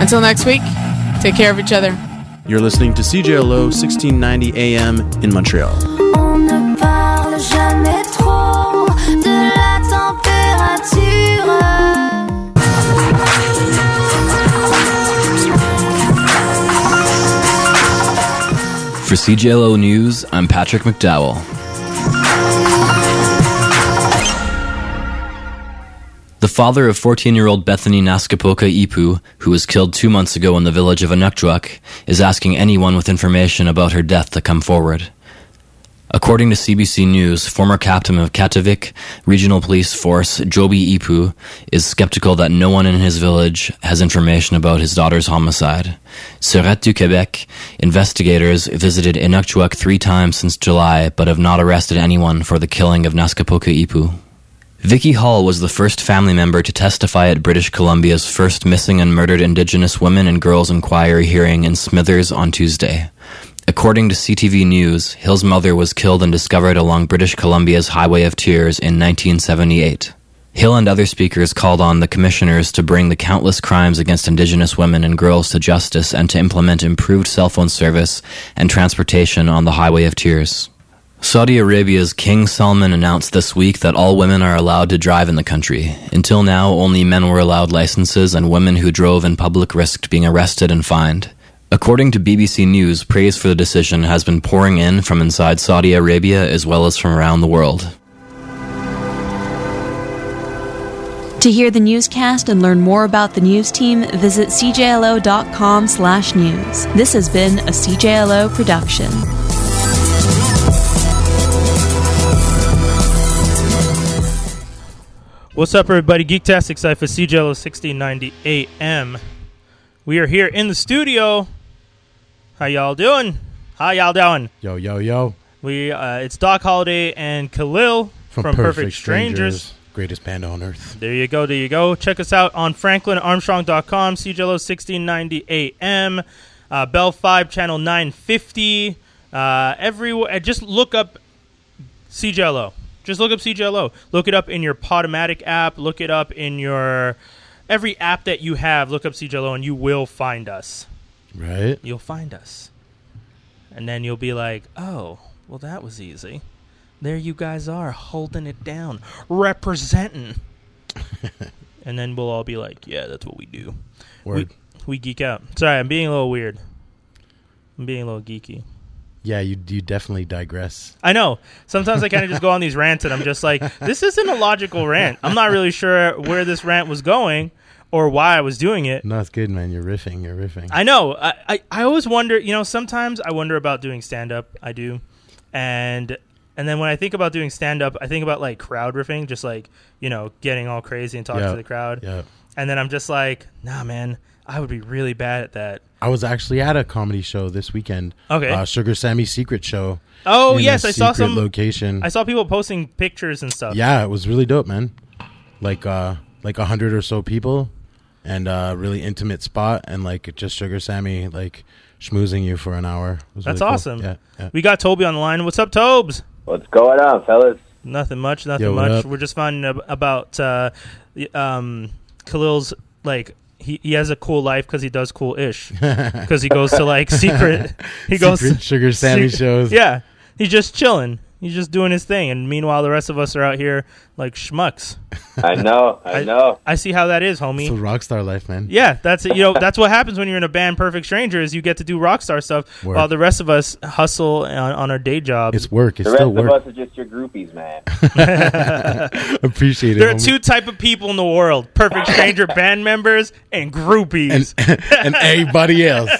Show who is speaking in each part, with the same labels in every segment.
Speaker 1: Until next week, take care of each other.
Speaker 2: You're listening to CJLO 1690 AM in Montreal.
Speaker 3: On ne parle jamais trop de la température.
Speaker 4: For CJLO News, I'm Patrick McDowell. The father of 14 year old Bethany Naskapoka Ipu, who was killed two months ago in the village of Anukdruk, is asking anyone with information about her death to come forward. According to CBC News, former captain of Katavik Regional Police Force Joby Ipu is skeptical that no one in his village has information about his daughter's homicide. Surette du Québec investigators visited Inukjuak three times since July but have not arrested anyone for the killing of Naskapoka Ipu. Vicky Hall was the first family member to testify at British Columbia's first missing and murdered Indigenous Women and Girls Inquiry hearing in Smithers on Tuesday. According to CTV News, Hill's mother was killed and discovered along British Columbia's Highway of Tears in 1978. Hill and other speakers called on the commissioners to bring the countless crimes against Indigenous women and girls to justice and to implement improved cell phone service and transportation on the Highway of Tears. Saudi Arabia's King Salman announced this week that all women are allowed to drive in the country. Until now, only men were allowed licenses, and women who drove in public risked being arrested and fined. According to BBC News, praise for the decision has been pouring in from inside Saudi Arabia as well as from around the world.
Speaker 5: To hear the newscast and learn more about the news team, visit cjlo.com slash news. This has been a CJLO production.
Speaker 6: What's up, everybody? Geektastic Cypher, CJLO 1690 AM. We are here in the studio. How y'all doing? How y'all doing?
Speaker 7: Yo, yo, yo.
Speaker 6: We uh, It's Doc Holiday and Khalil from, Perfect, Strangers.
Speaker 7: Greatest band on earth.
Speaker 6: There you go, there you go. Check us out on franklinarmstrong.com, CJLO 1690 AM, uh, Bell 5, Channel 950. Uh, everywhere. Just look up CJLO. Just look up CJLO. Look it up in your Podomatic app. Look it up in your every app that you have. Look up CJLO and you will find us.
Speaker 7: Right?
Speaker 6: You'll find us. And then you'll be like, oh, well, that was easy. There you guys are holding it down, representing. and then we'll all be like, yeah, that's what we do.
Speaker 7: Word.
Speaker 6: We, we geek out. Sorry, I'm being a little weird. I'm being a little geeky.
Speaker 7: yeah, you you definitely digress.
Speaker 6: I know. Sometimes I kind of just go on these rants and I'm just like, this isn't a logical rant. I'm not really sure where this rant was going or why I was doing it.
Speaker 7: No, it's good, man. You're riffing. You're riffing.
Speaker 6: I know. I, I, I always wonder, you know, sometimes I wonder about doing stand up. I do. And and then when I think about doing stand up, I think about like crowd riffing, just like, you know, getting all crazy and talking
Speaker 7: Yeah.
Speaker 6: to the crowd.
Speaker 7: yeah.
Speaker 6: And then I'm just like, nah, man, I would be really bad at that.
Speaker 7: I was actually at a comedy show this weekend.
Speaker 6: Okay.
Speaker 7: Uh, Sugar Sammy's secret show.
Speaker 6: Oh,
Speaker 7: in a
Speaker 6: yes, I saw
Speaker 7: secret
Speaker 6: some
Speaker 7: location.
Speaker 6: I saw people posting pictures and stuff.
Speaker 7: yeah, it was really dope, man. Like uh like a hundred or so people and uh really intimate spot and like just Sugar Sammy like schmoozing you for an hour. It was
Speaker 6: That's
Speaker 7: really cool.
Speaker 6: awesome.
Speaker 7: Yeah, yeah.
Speaker 6: We got Toby on the line. What's up, Tobes?
Speaker 8: What's going on, fellas?
Speaker 6: Nothing much. Nothing
Speaker 7: Yo, what
Speaker 6: much.
Speaker 7: up?
Speaker 6: We're just finding ab- about uh, y- um, Khalil's like he, he has a cool life because he does cool ish because he goes to like secret he goes
Speaker 7: Secret Sugar Sammy
Speaker 6: secret-
Speaker 7: shows.
Speaker 6: yeah he's just chilling he's just doing his thing and meanwhile the rest of us are out here like schmucks
Speaker 8: I know, I know.
Speaker 6: I see how that is homie
Speaker 7: It's the rock star life, man.
Speaker 6: yeah that's it you know that's what happens when you're in a band Perfect Stranger is you get to do rock star stuff
Speaker 7: Word.
Speaker 6: while the rest of us hustle on, on our day jobs
Speaker 7: It's work. It's
Speaker 8: The rest
Speaker 7: still
Speaker 8: of
Speaker 7: work.
Speaker 8: us are just your groupies, man.
Speaker 7: Appreciate it.
Speaker 6: There are
Speaker 7: homie.
Speaker 6: two type of people in the world: perfect stranger band members and groupies.
Speaker 7: and everybody else.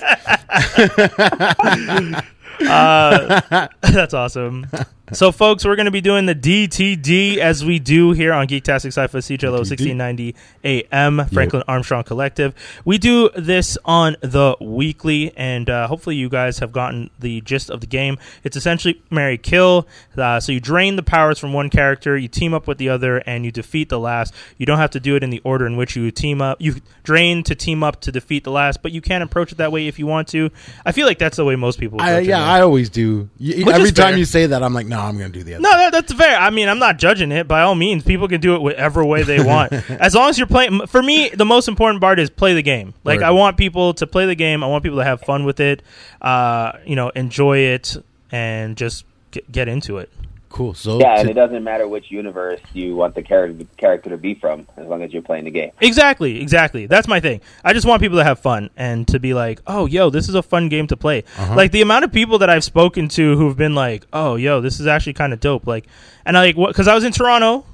Speaker 6: That's awesome. So, folks, we're going to be doing the DTD as we do here on Geektastic Sci-Fi CJLO 1690 AM Franklin Armstrong Collective. We do this on the weekly, and uh, hopefully, you guys have gotten the gist of the game. It's essentially Mary Kill. Uh, so, you drain the powers from one character, you team up with the other, and you defeat the last. You don't have to do it in the order in which you team up. You drain to team up to defeat the last, but you can approach it that way if you want to. I feel like that's the way most people.
Speaker 7: I,
Speaker 6: approach it
Speaker 7: yeah,
Speaker 6: now.
Speaker 7: I always do. Y-
Speaker 6: Which
Speaker 7: every
Speaker 6: is
Speaker 7: time
Speaker 6: fair.
Speaker 7: you say that, I'm like, no, no, I'm gonna do the other.
Speaker 6: No, that, that's fair. I mean, I'm not judging it. By all means, people can do it whatever way they want, as long as you're playing. For me, the most important part is play the game. Like,
Speaker 7: Word.
Speaker 6: I want people to play the game. I want people to have fun with it. Uh, you know, enjoy it and just get, get into it.
Speaker 7: Cool. So
Speaker 8: Yeah, and
Speaker 7: to-
Speaker 8: it doesn't matter which universe you want the character character to be from, as long as you're playing the game.
Speaker 6: Exactly, exactly. That's my thing. I just want people to have fun and to be like, "Oh, yo, this is a fun game to play." Like the amount of people that I've spoken to who've been like, "Oh, yo, this is actually kind of dope." Like, and I like what because I was in Toronto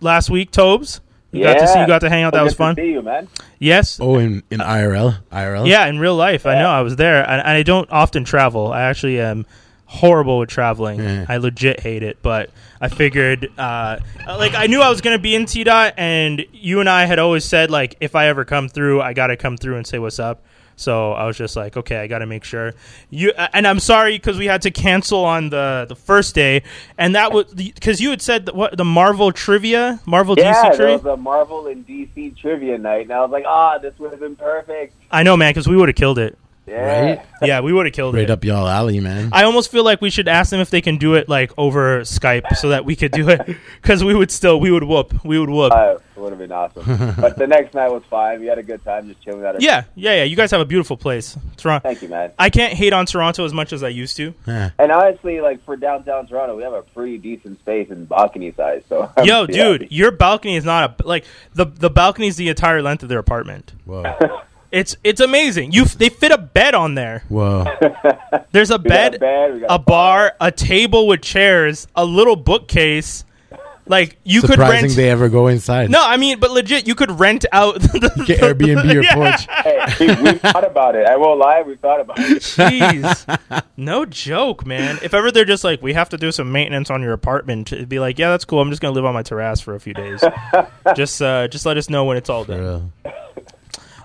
Speaker 6: last week, Tobes. You
Speaker 8: yeah.
Speaker 6: got to see, you got to hang out.
Speaker 8: Well,
Speaker 6: that was
Speaker 8: good to
Speaker 6: fun.
Speaker 8: see you, man.
Speaker 6: Yes.
Speaker 7: oh, in in IRL, IRL.
Speaker 6: Yeah, in real life, I
Speaker 8: Yeah.
Speaker 6: know I was there, and and I don't often travel. I actually am horrible with traveling.
Speaker 7: Yeah.
Speaker 6: I legit hate it, but I figured, uh, like, I knew I was gonna be in T dot, and you and I had always said like, if I ever come through, I gotta come through and say what's up. So I was just like, okay, I gotta make sure you. uh, And I'm sorry because we had to cancel on the the first day, and that was because you had said that, what the Marvel trivia, Marvel
Speaker 8: Yeah,
Speaker 6: DC
Speaker 8: there
Speaker 6: trivia.
Speaker 8: was a Marvel and DC trivia night, and I was like, ah, this would have been perfect.
Speaker 6: I know, man, because we would have killed it.
Speaker 8: Yeah.
Speaker 7: Right?
Speaker 6: Yeah, we would have killed it.
Speaker 7: Right up y'all alley, man.
Speaker 6: I almost feel like we should ask them if they can do it like over Skype so that we could do it because we would still we would whoop we would whoop.
Speaker 8: Uh, it would have been awesome. but the next night was fine. We had a good time just chilling out.
Speaker 6: yeah, yeah, yeah. You guys have a beautiful place, Toronto.
Speaker 8: Thank you, man.
Speaker 6: I can't hate on Toronto as much as I used to.
Speaker 7: Yeah.
Speaker 8: And honestly, like for downtown Toronto, we have a pretty decent space and balcony size. So I'm
Speaker 6: Yo,
Speaker 8: pretty happy.
Speaker 6: dude, your balcony is not a like the the balcony is the entire length of their apartment.
Speaker 7: Whoa.
Speaker 6: It's it's amazing. You f- they fit a bed on there.
Speaker 7: Whoa.
Speaker 6: There's a
Speaker 8: We got
Speaker 6: bed,
Speaker 8: a bed, we got
Speaker 6: a bar, a table with chairs, a little bookcase. Like you could
Speaker 7: Surprising
Speaker 6: rent.
Speaker 7: they ever go inside.
Speaker 6: no, I mean, but legit, you could rent out the,
Speaker 7: Get Airbnb your
Speaker 6: Yeah.
Speaker 7: porch.
Speaker 8: Hey, we, we thought about it. I won't lie, we thought about it.
Speaker 6: Jeez. no joke, man. If ever they're just like, we have to do some maintenance on your apartment, it'd be like, yeah, that's cool. I'm just gonna live on my terrace for a few days. just, uh, just let us know when it's all
Speaker 7: For
Speaker 6: done.
Speaker 7: real.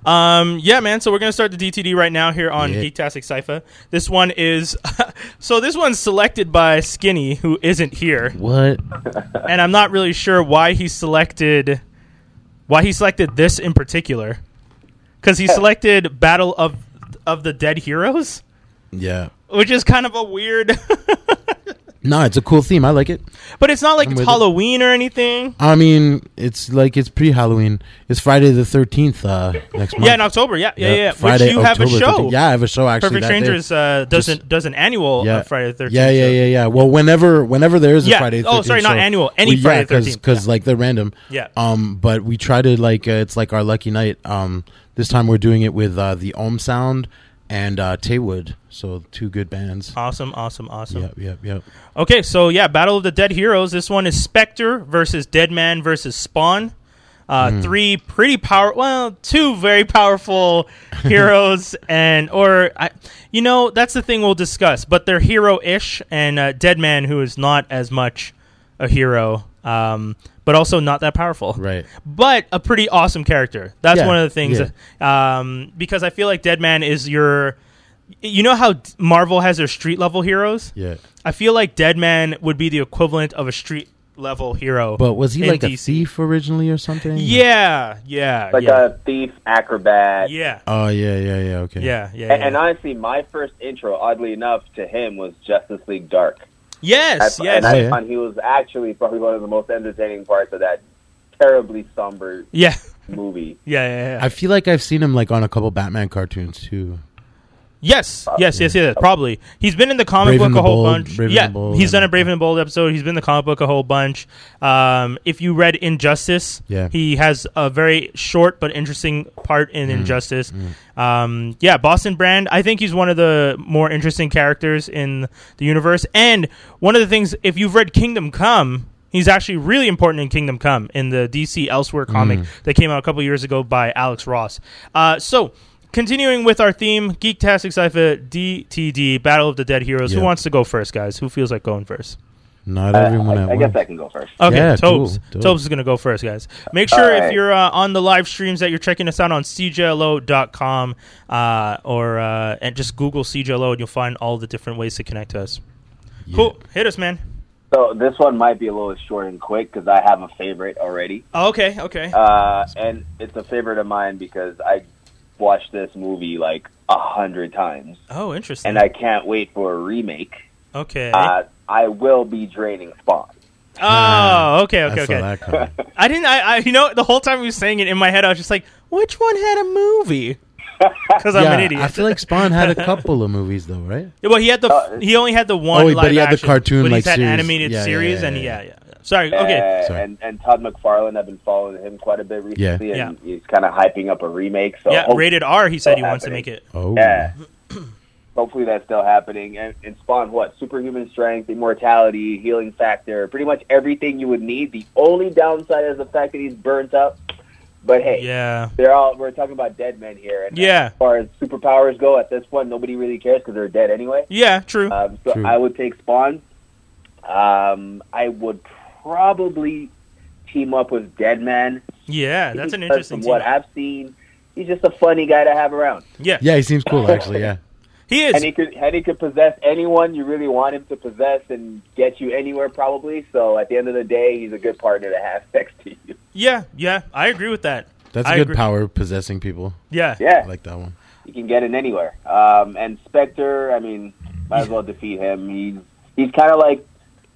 Speaker 6: Um, yeah, man. So we're gonna start the DTD right now here on
Speaker 7: Yeah.
Speaker 6: Geektastic Cypher. This one is, so this one's selected by Skinny, who isn't here,
Speaker 7: What?
Speaker 6: and I'm not really sure why he selected, why he selected this in particular, because he selected Battle of of the Dead Heroes,
Speaker 7: Yeah.
Speaker 6: which is kind of a weird.
Speaker 7: No, it's a cool theme. I like it.
Speaker 6: But it's not like it's
Speaker 7: with it.
Speaker 6: Halloween or anything.
Speaker 7: I mean, it's like it's pre-Halloween. It's Friday the thirteenth uh, next month.
Speaker 6: Yeah, in October. Yeah, yeah, yeah. yeah. Which you have a
Speaker 7: October
Speaker 6: show.
Speaker 7: 13th. Yeah, I have a show actually.
Speaker 6: Perfect
Speaker 7: that day.
Speaker 6: Strangers uh, does
Speaker 7: Just-
Speaker 6: an does an annual
Speaker 7: Yeah.
Speaker 6: on Friday the Thirteenth.
Speaker 7: Yeah, yeah, yeah, yeah. Well, whenever whenever there is a
Speaker 6: Yeah.
Speaker 7: Friday. the
Speaker 6: Oh, sorry,
Speaker 7: 13th
Speaker 6: not
Speaker 7: show-
Speaker 6: annual. Any
Speaker 7: Well,
Speaker 6: Friday the
Speaker 7: because
Speaker 6: 13th,
Speaker 7: because like they're random.
Speaker 6: Yeah.
Speaker 7: Um, but we try to like uh, it's like our lucky night. Um, this time we're doing it with uh, the Ohm Sound and uh, Taywood, so two good bands.
Speaker 6: Awesome, awesome, awesome.
Speaker 7: Yep, yep, yep.
Speaker 6: Okay, so yeah, Battle of the Dead Heroes. This one is Spectre versus Deadman versus Spawn. Uh,
Speaker 7: Hmm.
Speaker 6: Three pretty power, well, two very powerful heroes, and or I, you know, that's the thing we'll discuss. But they're hero-ish, and uh, Deadman, who is not as much a hero, um, but also not that powerful,
Speaker 7: Right.
Speaker 6: but a pretty awesome character. That's
Speaker 7: Yeah,
Speaker 6: one of the things. Um, because I feel like Deadman is your. You know how d- Marvel has their street level heroes?
Speaker 7: Yeah.
Speaker 6: I feel like Deadman would be the equivalent of a street level hero.
Speaker 7: But was he
Speaker 6: in
Speaker 7: like a
Speaker 6: DC.
Speaker 7: thief originally or something?
Speaker 6: Yeah, yeah.
Speaker 8: Like
Speaker 6: yeah.
Speaker 8: a thief acrobat.
Speaker 6: yeah.
Speaker 7: Oh yeah, yeah, yeah. Okay.
Speaker 6: Yeah, yeah, yeah.
Speaker 8: And, and honestly, my first intro, oddly enough, to him was Justice League Dark.
Speaker 6: yes,
Speaker 8: I-
Speaker 6: yes.
Speaker 8: And I
Speaker 7: Oh, yeah.
Speaker 8: found he was actually probably one of the most entertaining parts of that terribly somber
Speaker 6: yeah,
Speaker 8: movie.
Speaker 6: yeah, yeah, yeah.
Speaker 7: I feel like I've seen him like on a couple Batman cartoons too.
Speaker 6: Yes, yes, yes, yes. Probably. He's been in the comic
Speaker 7: Brave
Speaker 6: book
Speaker 7: and
Speaker 6: a
Speaker 7: the
Speaker 6: whole
Speaker 7: Bold,
Speaker 6: bunch.
Speaker 7: Brave and
Speaker 6: yeah,
Speaker 7: the Bold,
Speaker 6: he's done
Speaker 7: and-
Speaker 6: a Brave and the Bold episode. He's been in the comic book a whole bunch. Um, if you read Injustice,
Speaker 7: Yeah.
Speaker 6: he has a very short but interesting part in Injustice. Um, yeah, Boston Brand. I think he's one of the more interesting characters in the universe. And one of the things, if you've read Kingdom Come. He's actually really important in Kingdom Come in the DC Elsewhere comic that came out a couple years ago by Alex Ross. Uh, so, continuing with our theme, Geektastic Cypher DTD Battle of the Dead Heroes. Who
Speaker 7: Yeah.
Speaker 6: wants to go first, guys? Who feels like going first?
Speaker 7: Not
Speaker 8: I,
Speaker 7: everyone
Speaker 8: Uh, I-
Speaker 7: at
Speaker 8: I
Speaker 7: once.
Speaker 8: guess I can go first.
Speaker 6: Okay,
Speaker 7: Yeah, cool,
Speaker 6: Tobes.
Speaker 7: dope.
Speaker 6: Tobes is going to go first, guys. Make sure if
Speaker 8: Alright.
Speaker 6: you're uh, on the live streams that you're checking us out on CJLO.com uh, or uh, and just Google CJLO and you'll find all the different ways to connect to us.
Speaker 7: Yeah.
Speaker 6: Cool. Hit us, man.
Speaker 8: So this one might be a little short and quick because I have a favorite already.
Speaker 6: Oh, okay, okay.
Speaker 8: Uh, and it's a favorite of mine because I watched this movie like a hundred times.
Speaker 6: oh, interesting.
Speaker 8: And I can't wait for a remake.
Speaker 6: okay.
Speaker 8: Uh, I will be draining spawn.
Speaker 6: Oh, okay, okay,
Speaker 7: I saw
Speaker 6: okay.
Speaker 7: that coming.
Speaker 6: I didn't. I, I, you know, the whole time he was saying it in my head, I was just like, which one had a movie? Because I'm
Speaker 7: yeah,
Speaker 6: an idiot.
Speaker 7: I feel like Spawn had a couple of movies though, right?
Speaker 6: well, he had the. f- he only had the one.
Speaker 7: Oh, wait, but
Speaker 6: live
Speaker 7: he had the
Speaker 6: action,
Speaker 7: cartoon,
Speaker 6: But
Speaker 7: like,
Speaker 6: he's had
Speaker 7: series.
Speaker 6: animated
Speaker 7: Yeah, yeah,
Speaker 6: series,
Speaker 7: yeah,
Speaker 6: and
Speaker 7: yeah,
Speaker 6: yeah, yeah. Sorry. Okay.
Speaker 8: Uh,
Speaker 7: Sorry.
Speaker 8: And, and Todd McFarlane, I've been following him quite a bit recently,
Speaker 6: Yeah.
Speaker 8: and he's kind of hyping up a remake. So
Speaker 6: yeah.
Speaker 8: hope-
Speaker 6: Rated R. He said he
Speaker 8: still
Speaker 6: wants to
Speaker 8: happening.
Speaker 6: make it.
Speaker 7: Oh,
Speaker 8: Yeah. Hopefully that's still happening. And, and spawn what? Superhuman strength, immortality, healing factor, pretty much everything you would need. The only downside is the fact that he's burnt up. But hey,
Speaker 6: Yeah.
Speaker 8: they're all we're talking about dead men here. And
Speaker 6: Yeah.
Speaker 8: As far as superpowers go, at this point, nobody really cares because they're dead anyway.
Speaker 6: Yeah. True.
Speaker 8: Um, so
Speaker 7: True.
Speaker 8: I would take Spawn. Um, I would probably team up with Deadman.
Speaker 6: yeah. That's an
Speaker 8: Because
Speaker 6: interesting.
Speaker 8: From
Speaker 6: Team.
Speaker 8: what I've seen, he's just a funny guy to have around,
Speaker 6: yeah.
Speaker 7: yeah, he seems cool actually. Yeah,
Speaker 6: He is.
Speaker 8: and he could and he could possess anyone you really want him to possess and get you anywhere probably. So at the end of the day, he's a good partner to have next to you.
Speaker 6: yeah. Yeah. I agree with that.
Speaker 7: that's a
Speaker 6: I
Speaker 7: good
Speaker 6: agree.
Speaker 7: power possessing people.
Speaker 6: Yeah.
Speaker 7: I
Speaker 8: Yeah,
Speaker 7: like that one.
Speaker 8: you can get in anywhere. Um, and Spectre, I mean, might as well defeat him. He's he's kind of like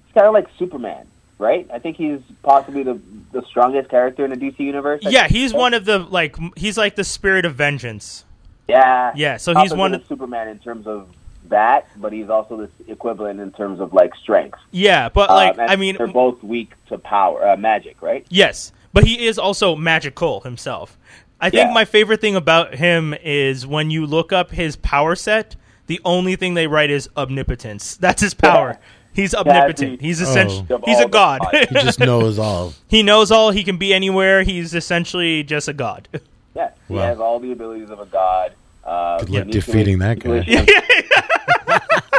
Speaker 8: he's kind of like Superman, right? I think he's possibly the the strongest character in the DC universe. I
Speaker 6: Yeah.
Speaker 8: think.
Speaker 6: He's one of the like. m- He's like the spirit of vengeance.
Speaker 8: yeah
Speaker 6: Yeah. So
Speaker 8: Opposite
Speaker 6: he's one.
Speaker 8: of
Speaker 6: of
Speaker 8: Superman in terms of that, but he's also the equivalent in terms of like strength.
Speaker 6: Yeah. But like,
Speaker 8: Um, and
Speaker 6: I mean,
Speaker 8: they're both weak to power, uh, magic, right?
Speaker 6: Yes, but he is also magical himself. I think
Speaker 8: Yeah.
Speaker 6: my favorite thing about him is when you look up his power set, the only thing they write is omnipotence. That's his power. He's omnipotent.
Speaker 8: he-
Speaker 6: he's essentially
Speaker 8: Of
Speaker 6: he's
Speaker 8: all
Speaker 6: a
Speaker 8: the
Speaker 6: god.
Speaker 8: gods.
Speaker 7: He just knows all.
Speaker 6: he knows all. He can be anywhere. He's essentially just a god.
Speaker 8: Yeah, he
Speaker 7: Wow.
Speaker 8: has all the abilities of a god. Uh,
Speaker 7: Good luck
Speaker 8: manipulation-
Speaker 7: defeating that guy.
Speaker 8: manipulation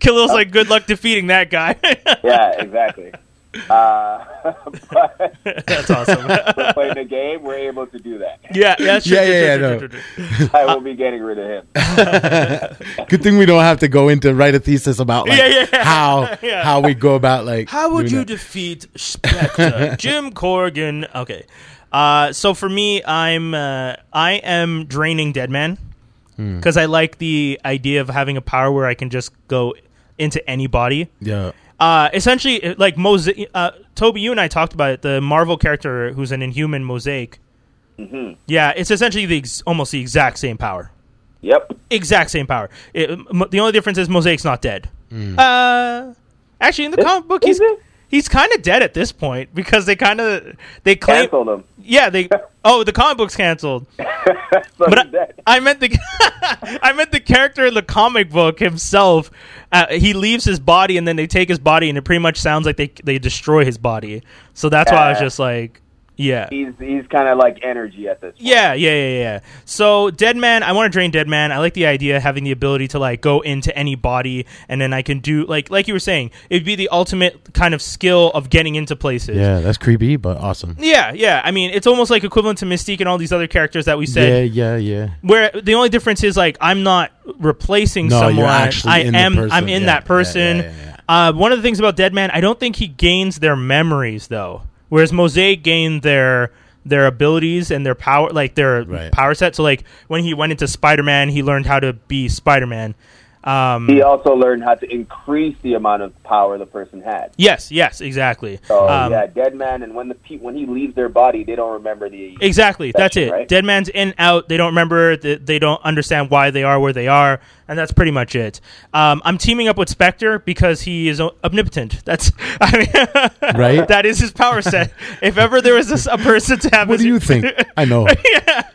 Speaker 6: Khalil's like, good luck defeating that guy.
Speaker 8: yeah, exactly. Uh, but
Speaker 6: That's awesome.
Speaker 8: we're playing the game, we're able to do that.
Speaker 6: yeah, yeah, sure, sure,
Speaker 7: Yeah, yeah,
Speaker 6: sure, sure,
Speaker 7: yeah, no.
Speaker 6: sure, sure, sure.
Speaker 8: I will be getting rid of him.
Speaker 7: Good thing we don't have to go into write a thesis about like
Speaker 6: Yeah, yeah, yeah.
Speaker 7: how
Speaker 6: Yeah.
Speaker 7: how we go about like
Speaker 6: How would
Speaker 7: doing
Speaker 6: you
Speaker 7: that.
Speaker 6: defeat Spectre? Jim Corgan. Okay. Uh, so for me, I'm uh, I am draining Deadman because I like the idea of having a power where I can just go into any body.
Speaker 7: yeah.
Speaker 6: Uh, essentially, it- like mosaic. Uh, Toby, you and I talked about it. The Marvel character who's an Inhuman mosaic.
Speaker 8: Mm-hmm.
Speaker 6: Yeah, it's essentially the ex- almost the exact same power.
Speaker 8: Yep.
Speaker 6: Exact same power. It, m- the only difference is Mosaic's not dead. Uh, actually, in the comic book, he's
Speaker 8: is it?
Speaker 6: he's kind of dead at this point because they kind of they claim.
Speaker 8: Cancel him.
Speaker 6: Yeah, they. Oh, the comic book's canceled.
Speaker 8: So he's
Speaker 6: But I,
Speaker 8: dead.
Speaker 6: I meant the I meant the character in the comic book himself. Uh, he leaves his body, and then they take his body, and it pretty much sounds like they they destroy his body. So that's why I was
Speaker 8: Yeah.
Speaker 6: just like, yeah.
Speaker 8: He's he's kind of like energy at this. Point.
Speaker 6: Yeah, yeah, yeah, yeah. So Deadman, I want to drain Deadman. I like the idea of having the ability to like go into any body and then I can do like like you were saying, it'd be the ultimate kind of skill of getting into places.
Speaker 7: Yeah, that's creepy but awesome.
Speaker 6: Yeah, yeah. I mean, it's almost like equivalent to Mystique and all these other characters that we said.
Speaker 7: Yeah, yeah, yeah.
Speaker 6: Where the only difference is like I'm not replacing
Speaker 7: No, you're
Speaker 6: someone.
Speaker 7: actually
Speaker 6: I
Speaker 7: in the
Speaker 6: am.
Speaker 7: person.
Speaker 6: I'm in
Speaker 7: Yeah,
Speaker 6: that
Speaker 7: yeah,
Speaker 6: person.
Speaker 7: yeah, yeah,
Speaker 6: Uh, one of the things about Deadman, I don't think he gains their memories though, whereas Mosaic gained their their abilities and their power, like their
Speaker 7: Right.
Speaker 6: power set. So like when he went into Spider Man, he learned how to be Spider Man. Um,
Speaker 8: He also learned how to increase the amount of power the person had.
Speaker 6: Yes, yes, exactly.
Speaker 8: So
Speaker 6: Um,
Speaker 8: Oh, yeah, dead man, and when the pe- when he leaves their body, they don't remember the.
Speaker 6: Exactly. That's
Speaker 8: Section,
Speaker 6: it.
Speaker 8: right?
Speaker 6: Dead man's in out. They don't remember. th- They don't understand why they are where they are, and that's pretty much it. Um, I'm teaming up with Spectre because he is o- omnipotent. That's I mean,
Speaker 7: Right?
Speaker 6: that is his power set. if ever there was this, a person to have,
Speaker 7: What
Speaker 6: as
Speaker 7: do you
Speaker 6: your-
Speaker 7: think? I know.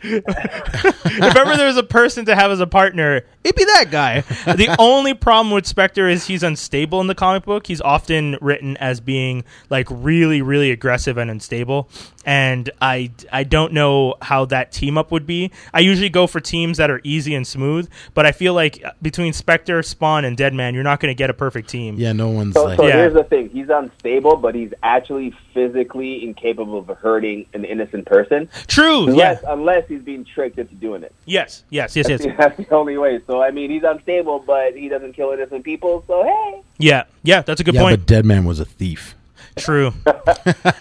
Speaker 6: if ever there was a person to have as a partner, it'd be that guy. The only problem with Spectre is he's unstable in the comic book. He's often written as being like really, really aggressive and unstable. And I, I don't know how that team up would be. I usually go for teams that are easy and smooth, but I feel like uh, between Spectre, Spawn, and Deadman, you're not going to get a perfect team.
Speaker 7: Yeah, no one's
Speaker 8: So,
Speaker 7: like
Speaker 8: so
Speaker 6: Yeah.
Speaker 8: here's the thing: he's unstable, but he's actually physically incapable of hurting an innocent person,
Speaker 6: True.
Speaker 8: unless
Speaker 6: Yeah.
Speaker 8: unless he's being tricked into doing it.
Speaker 6: Yes. Yes. Yes. Yes.
Speaker 8: That's the only way. So I mean, he's unstable, but he doesn't kill innocent people. So hey,
Speaker 6: Yeah. Yeah. That's a good
Speaker 7: Yeah,
Speaker 6: point.
Speaker 7: but Dead Man was a thief.
Speaker 6: True.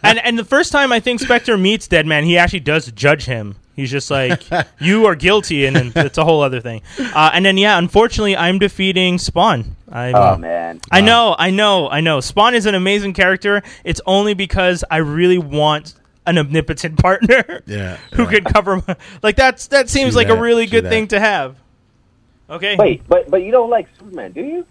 Speaker 6: and and the first time I think Spectre meets Deadman, he actually does judge him. He's just like, you are guilty, and then it's a whole other thing. Uh, and then, yeah, unfortunately, I'm defeating Spawn. I'm,
Speaker 8: Oh man,
Speaker 6: Uh, I know, I know, I know. Spawn is an amazing character. It's only because I really want an omnipotent partner
Speaker 7: Yeah.
Speaker 6: who
Speaker 7: yeah.
Speaker 6: could cover my, like that's that seems
Speaker 7: See
Speaker 6: like a
Speaker 7: that,
Speaker 6: really
Speaker 7: see
Speaker 6: good
Speaker 7: that.
Speaker 6: thing to have. Okay.
Speaker 8: Wait, but but you don't like Superman, do you?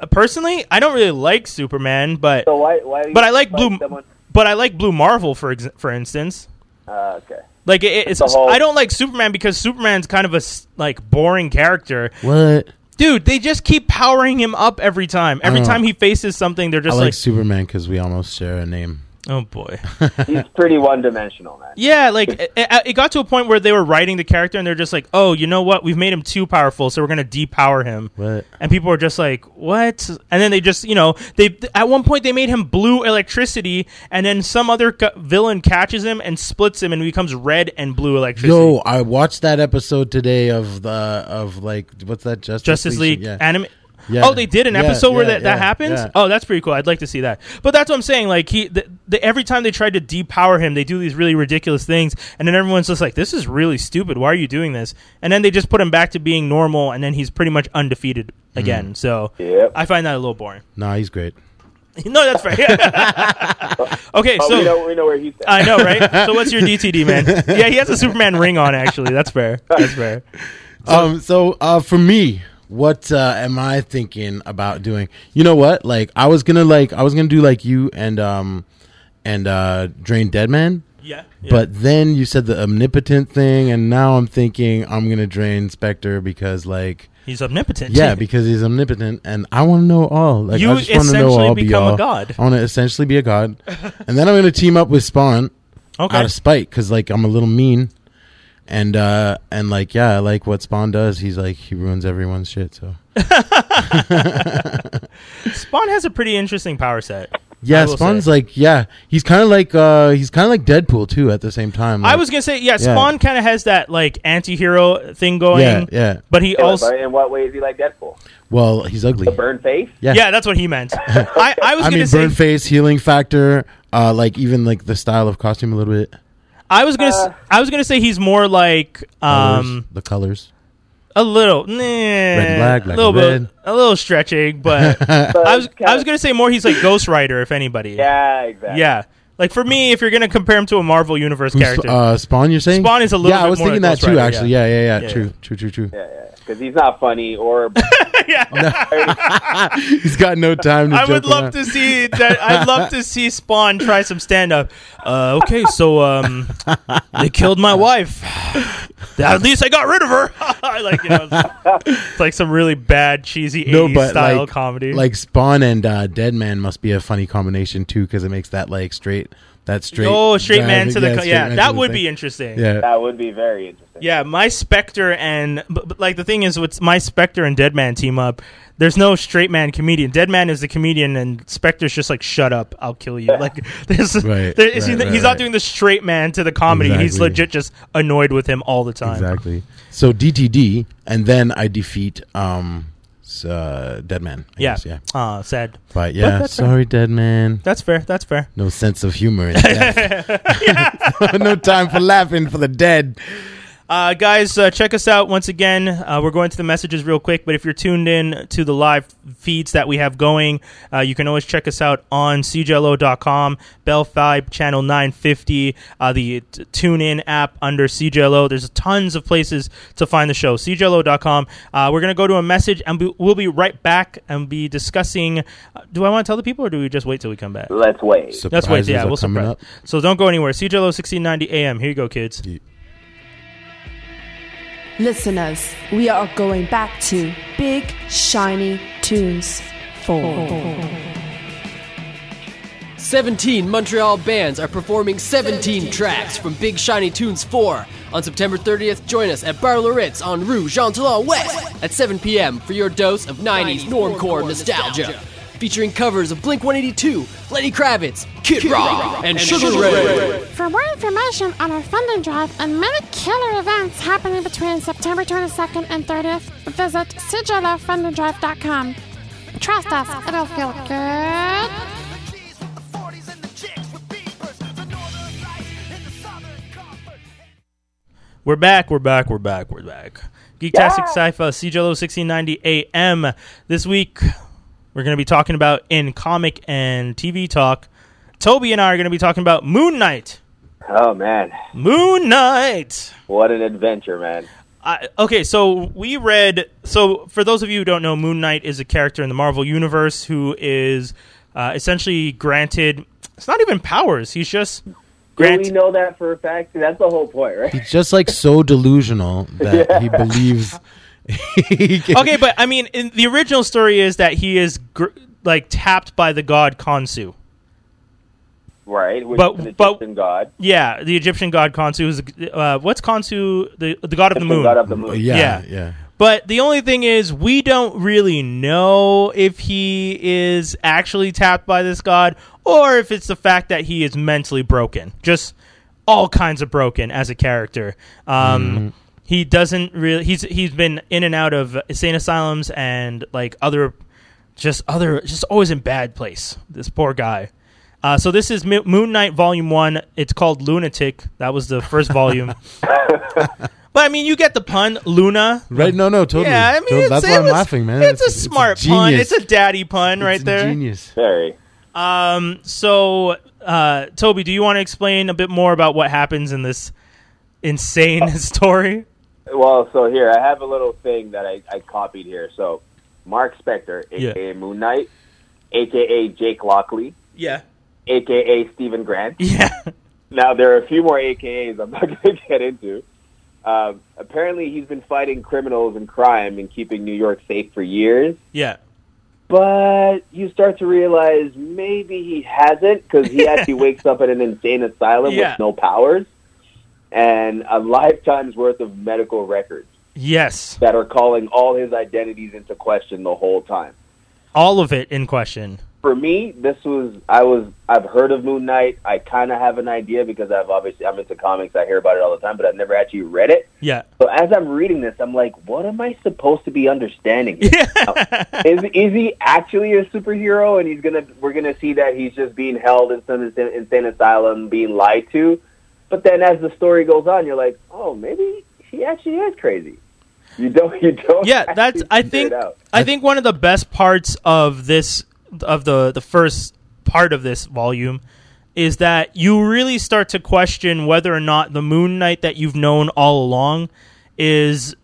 Speaker 6: Uh, personally, I don't really like Superman, but
Speaker 8: So why why? do you
Speaker 6: But I like Blue-
Speaker 8: Someone?
Speaker 6: but I like Blue Marvel for ex- for instance.
Speaker 8: Uh, okay.
Speaker 6: Like it, it's,
Speaker 8: The whole-
Speaker 6: I don't like Superman because Superman's kind of a s- like boring character.
Speaker 7: What?
Speaker 6: Dude, they just keep powering him up every time. Every
Speaker 7: Oh.
Speaker 6: time he faces something, they're
Speaker 7: I
Speaker 6: just
Speaker 7: like,
Speaker 6: like,
Speaker 7: Superman because we almost share a name.
Speaker 6: "Oh boy."
Speaker 8: He's pretty one dimensional, man.
Speaker 6: Yeah, like it, it it got to a point where they were writing the character and they're just like, "Oh, you know what? We've made him too powerful, so we're going to depower him."
Speaker 7: What?
Speaker 6: And people are just like, "What?" And then they just, you know, they at one point they made him blue electricity, and then some other c- villain catches him and splits him, and he becomes red and blue electricity.
Speaker 7: Yo, I watched that episode today of the of like what's that Justice,
Speaker 6: Justice League
Speaker 7: Yeah.
Speaker 6: anime.
Speaker 7: Yeah.
Speaker 6: Oh, they did an
Speaker 7: Yeah,
Speaker 6: episode where
Speaker 7: yeah,
Speaker 6: that, that
Speaker 7: yeah,
Speaker 6: happens.
Speaker 7: yeah.
Speaker 6: Oh, that's pretty cool. I'd like to see that. But that's what I'm saying. Like he, the, the, every time they tried to depower him, they do these really ridiculous things, and then everyone's just like, "This is really stupid. Why are you doing this?" And then they just put him back to being normal, and then he's pretty much undefeated
Speaker 7: Mm-hmm.
Speaker 6: again. So
Speaker 8: Yep.
Speaker 6: I find that a little boring.
Speaker 7: nah, he's great.
Speaker 6: No, that's right. okay,
Speaker 8: Oh,
Speaker 6: so
Speaker 8: we know we know where he's at.
Speaker 6: I know, right? So what's your DTD, man? Yeah, he has a Superman ring on. Actually, that's fair. That's fair.
Speaker 7: um so uh for me what uh am i thinking about doing you know what like i was gonna like i was gonna do like you and um and uh drain dead man
Speaker 6: Yeah,
Speaker 7: but then you said the omnipotent thing and now i'm thinking i'm gonna drain spectre because like
Speaker 6: he's omnipotent.
Speaker 7: yeah because he's omnipotent and i want to know all like
Speaker 6: You
Speaker 7: i just want to know
Speaker 6: essentially
Speaker 7: all be
Speaker 6: become a
Speaker 7: all.
Speaker 6: god.
Speaker 7: i want to essentially be a god and then i'm gonna team up with spawn
Speaker 6: okay.
Speaker 7: out of spite because like I'm a little mean, and uh and like yeah, I like what Spawn does. He's like he ruins everyone's shit. So
Speaker 6: Spawn has a pretty interesting power set. I
Speaker 7: yeah,
Speaker 6: will
Speaker 7: Spawn's
Speaker 6: say.
Speaker 7: like yeah, he's kind of like uh he's kind of like Deadpool too at the same time.
Speaker 6: I
Speaker 7: Like,
Speaker 6: was gonna say, yeah, Spawn kind of has that like anti-hero thing going.
Speaker 7: yeah yeah.
Speaker 6: But he
Speaker 8: Yeah,
Speaker 6: also,
Speaker 8: but in what way is he like Deadpool?
Speaker 7: Well, he's ugly.
Speaker 8: The burn face?
Speaker 6: yeah. that's what he meant. I, I was
Speaker 7: I
Speaker 6: gonna
Speaker 7: mean,
Speaker 6: say,
Speaker 7: burn face, healing factor, uh, like even like the style of costume a little bit,
Speaker 6: I was gonna, s
Speaker 8: Uh.
Speaker 6: I was gonna say he's more like
Speaker 7: colors,
Speaker 6: um
Speaker 7: the colors.
Speaker 6: a little, nah,
Speaker 7: and black,
Speaker 6: a
Speaker 7: black
Speaker 6: little
Speaker 7: and
Speaker 6: bit, a
Speaker 7: red.
Speaker 6: little stretching, but
Speaker 8: But
Speaker 6: I was, I
Speaker 8: kinda-
Speaker 6: was gonna say more. He's like Ghost Rider, if anybody.
Speaker 8: Yeah, exactly.
Speaker 6: yeah. Like for me, if you're gonna compare him to a Marvel Universe
Speaker 7: Who's,
Speaker 6: character,
Speaker 7: uh, Spawn, you're saying?
Speaker 6: Spawn is a little
Speaker 7: Yeah,
Speaker 6: bit
Speaker 7: I was
Speaker 6: more
Speaker 7: thinking
Speaker 6: like Ghost
Speaker 7: that too.
Speaker 6: Rider,
Speaker 7: actually,
Speaker 6: yeah.
Speaker 7: yeah, yeah, yeah.
Speaker 6: Yeah,
Speaker 7: True, true, true, true.
Speaker 8: Yeah, yeah. Because he's not funny or
Speaker 7: He's got no time to.
Speaker 6: I would
Speaker 7: joke
Speaker 6: love
Speaker 7: around.
Speaker 6: to see that. I'd love to see Spawn try some stand up. Uh, okay, so um, they killed my wife. At least I got rid of her. like you know, it's like some really bad cheesy 80s style
Speaker 7: like,
Speaker 6: comedy.
Speaker 7: Like Spawn and uh, Dead Man must be a funny combination too, because it makes that like straight that straight.
Speaker 6: oh, straight man
Speaker 7: driving-
Speaker 6: to the co-
Speaker 7: straight
Speaker 6: yeah,
Speaker 7: man to
Speaker 6: that
Speaker 7: the
Speaker 6: would
Speaker 7: thing.
Speaker 6: be interesting.
Speaker 7: Yeah,
Speaker 8: that would be very interesting.
Speaker 6: Yeah, my Spectre and but, but, like the thing is, with my Spectre and Deadman team up, there's no straight man comedian. Deadman is the comedian, and Spectre's just like, "Shut up, I'll kill you." Like there's,
Speaker 7: Right,
Speaker 6: there is- he's
Speaker 7: right,
Speaker 6: not
Speaker 7: right, right.
Speaker 6: doing the straight man to the comedy. He's
Speaker 7: Exactly.
Speaker 6: legit just annoyed with him all the time.
Speaker 7: exactly. So DTD, and then I defeat um s- uh, Dead Man. I
Speaker 6: Yeah.
Speaker 7: guess, yeah.
Speaker 6: Ah, sad.
Speaker 7: But yeah,
Speaker 6: that's fair.
Speaker 7: sorry, Dead Man.
Speaker 6: That's fair. That's fair.
Speaker 7: No sense of humor. In death. no time for laughing for the dead.
Speaker 6: Uh, guys, uh, check us out once again. Uh, we're going to the messages real quick, but if you're tuned in to the live feeds that we have going, uh, you can always check us out on CJLO.com, Bell 5, Channel 950, uh, the t- TuneIn app under CJLO. There's tons of places to find the show. CJLO.com. Uh, we're going to go to a message, and we- we'll be right back and be discussing. Uh, do I want to tell the people, or do we just wait till we come back?
Speaker 8: Let's wait.
Speaker 6: That's right.
Speaker 7: Surprises
Speaker 6: Yeah,
Speaker 7: are
Speaker 6: we'll
Speaker 7: coming
Speaker 6: surprise. So don't go anywhere. CJLO 1690 AM. Here you go, kids.
Speaker 9: Listeners, we are going back to Big Shiny Tunes 4.
Speaker 10: 17 Montreal bands are performing 17 tracks from Big Shiny Tunes 4. On September 30th, join us at Bar Loritz on Rue Jean Talon West at 7 p.m. for your dose of 90s normcore nostalgia. Featuring covers of Blink 182, Lenny Kravitz, Kid Rock, and Sugar Ray.
Speaker 11: For more information on our funding drive and many killer events happening between September 22nd and 30th, visit CJLOFundingDrive.com. Trust us, it'll feel good.
Speaker 6: We're back. We're back. We're back. We're back. Geektastic Sci-Fi, CJLO 1690 AM. This week, we're going to be talking about in comic and TV talk. Toby and I are going to be talking about Moon Knight.
Speaker 8: Oh man,
Speaker 6: Moon Knight.
Speaker 8: What an adventure, man!
Speaker 6: I, okay, so we read. So for those of you who don't know, Moon Knight is a character in the Marvel universe who is uh, essentially granted. It's not even powers. He's just
Speaker 8: Do we
Speaker 6: granted.
Speaker 8: know that for a fact? That's the whole point, right?
Speaker 7: He's just like so delusional that he believes. uh, he can-
Speaker 6: Okay, but I mean, in the original story is that he is gr- like tapped by the god Khonsu.
Speaker 8: Right. Which
Speaker 6: But-
Speaker 8: is an
Speaker 6: but-
Speaker 8: Egyptian god,
Speaker 6: Yeah, the Egyptian god Khonsu is uh, what's Khonsu the the god of the
Speaker 8: Egyptian
Speaker 6: moon.
Speaker 8: god of the moon.
Speaker 7: Yeah,
Speaker 6: Yeah.
Speaker 7: yeah.
Speaker 6: But the only thing is, we don't really know if he is actually tapped by this god or if it's the fact that he is mentally broken. Just all kinds of broken as a character. Um, He doesn't really. He's he's been in and out of insane asylums and like other, just other, just always in bad place. This poor guy. Uh, so this is Mo- Moon Knight Volume One. It's called Lunatic. That was the first volume. but I mean, you get the pun, Luna.
Speaker 7: Right? No, no, totally.
Speaker 6: Yeah, I mean,
Speaker 7: Totally.
Speaker 6: it's,
Speaker 7: that's
Speaker 6: it
Speaker 7: why I'm
Speaker 6: was-
Speaker 7: laughing, man.
Speaker 6: It's, a smart pun.
Speaker 7: genius.
Speaker 6: It's a daddy pun right
Speaker 7: It's
Speaker 6: there.
Speaker 7: Genius.
Speaker 8: Very.
Speaker 6: Um, so, uh, Toby, do you want to explain a bit more about what happens in this insane story?
Speaker 8: Well, so here I have a little thing that I, I copied here. So Mark Spector, aka Moon Knight, aka Jake Lockley,
Speaker 6: Yeah.
Speaker 8: aka Stephen Grant.
Speaker 6: Yeah.
Speaker 8: Now there are a few more AKAs I'm not going to get into. Um, apparently, he's been fighting criminals and crime and keeping New York safe for years.
Speaker 6: Yeah.
Speaker 8: But you start to realize maybe he hasn't because he actually wakes up in an insane asylum
Speaker 6: Yeah.
Speaker 8: with no powers and a lifetime's worth of medical records
Speaker 6: Yes.
Speaker 8: that are calling all his identities into question the whole time.
Speaker 6: All of it in question.
Speaker 8: For me, this was I was I've heard of Moon Knight. I kind of have an idea because I've obviously I'm into comics. I hear about it all the time, but I've never actually read it.
Speaker 6: Yeah.
Speaker 8: So as I'm reading this, I'm like, what am I supposed to be understanding? Here? is is he actually a superhero? And he's gonna we're gonna see that he's just being held in some insane, insane asylum, being lied to. But then as the story goes on, you're like, oh, maybe he actually is crazy. You don't you don't
Speaker 6: Yeah, that's
Speaker 8: actually
Speaker 6: I
Speaker 8: figure
Speaker 6: think
Speaker 8: it out.
Speaker 6: I think one of the best parts of this of the the first part of this volume is that you really start to question whether or not the Moon Knight that you've known all along is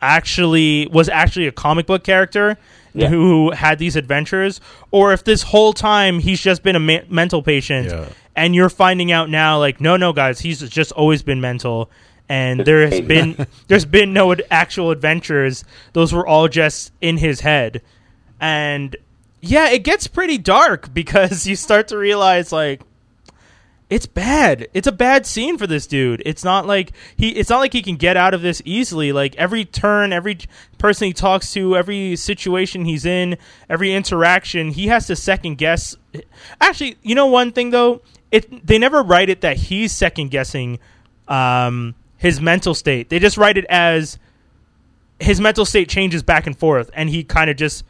Speaker 6: actually was actually a comic book character who had these adventures or if this whole time he's just been a me- mental patient
Speaker 7: Yeah.
Speaker 6: and you're finding out now like no no guys he's just always been mental and there has been there's been no ad- actual adventures those were all just in his head and yeah it gets pretty dark because you start to realize like it's bad. It's a bad scene for this dude. It's not like he it's not like he can get out of this easily. Like every turn, every person he talks to, every situation he's in, every interaction, he has to second guess. Actually, you know one thing though, it they never write it that he's second guessing um his mental state. They just write it as his mental state changes back and forth and he kind of just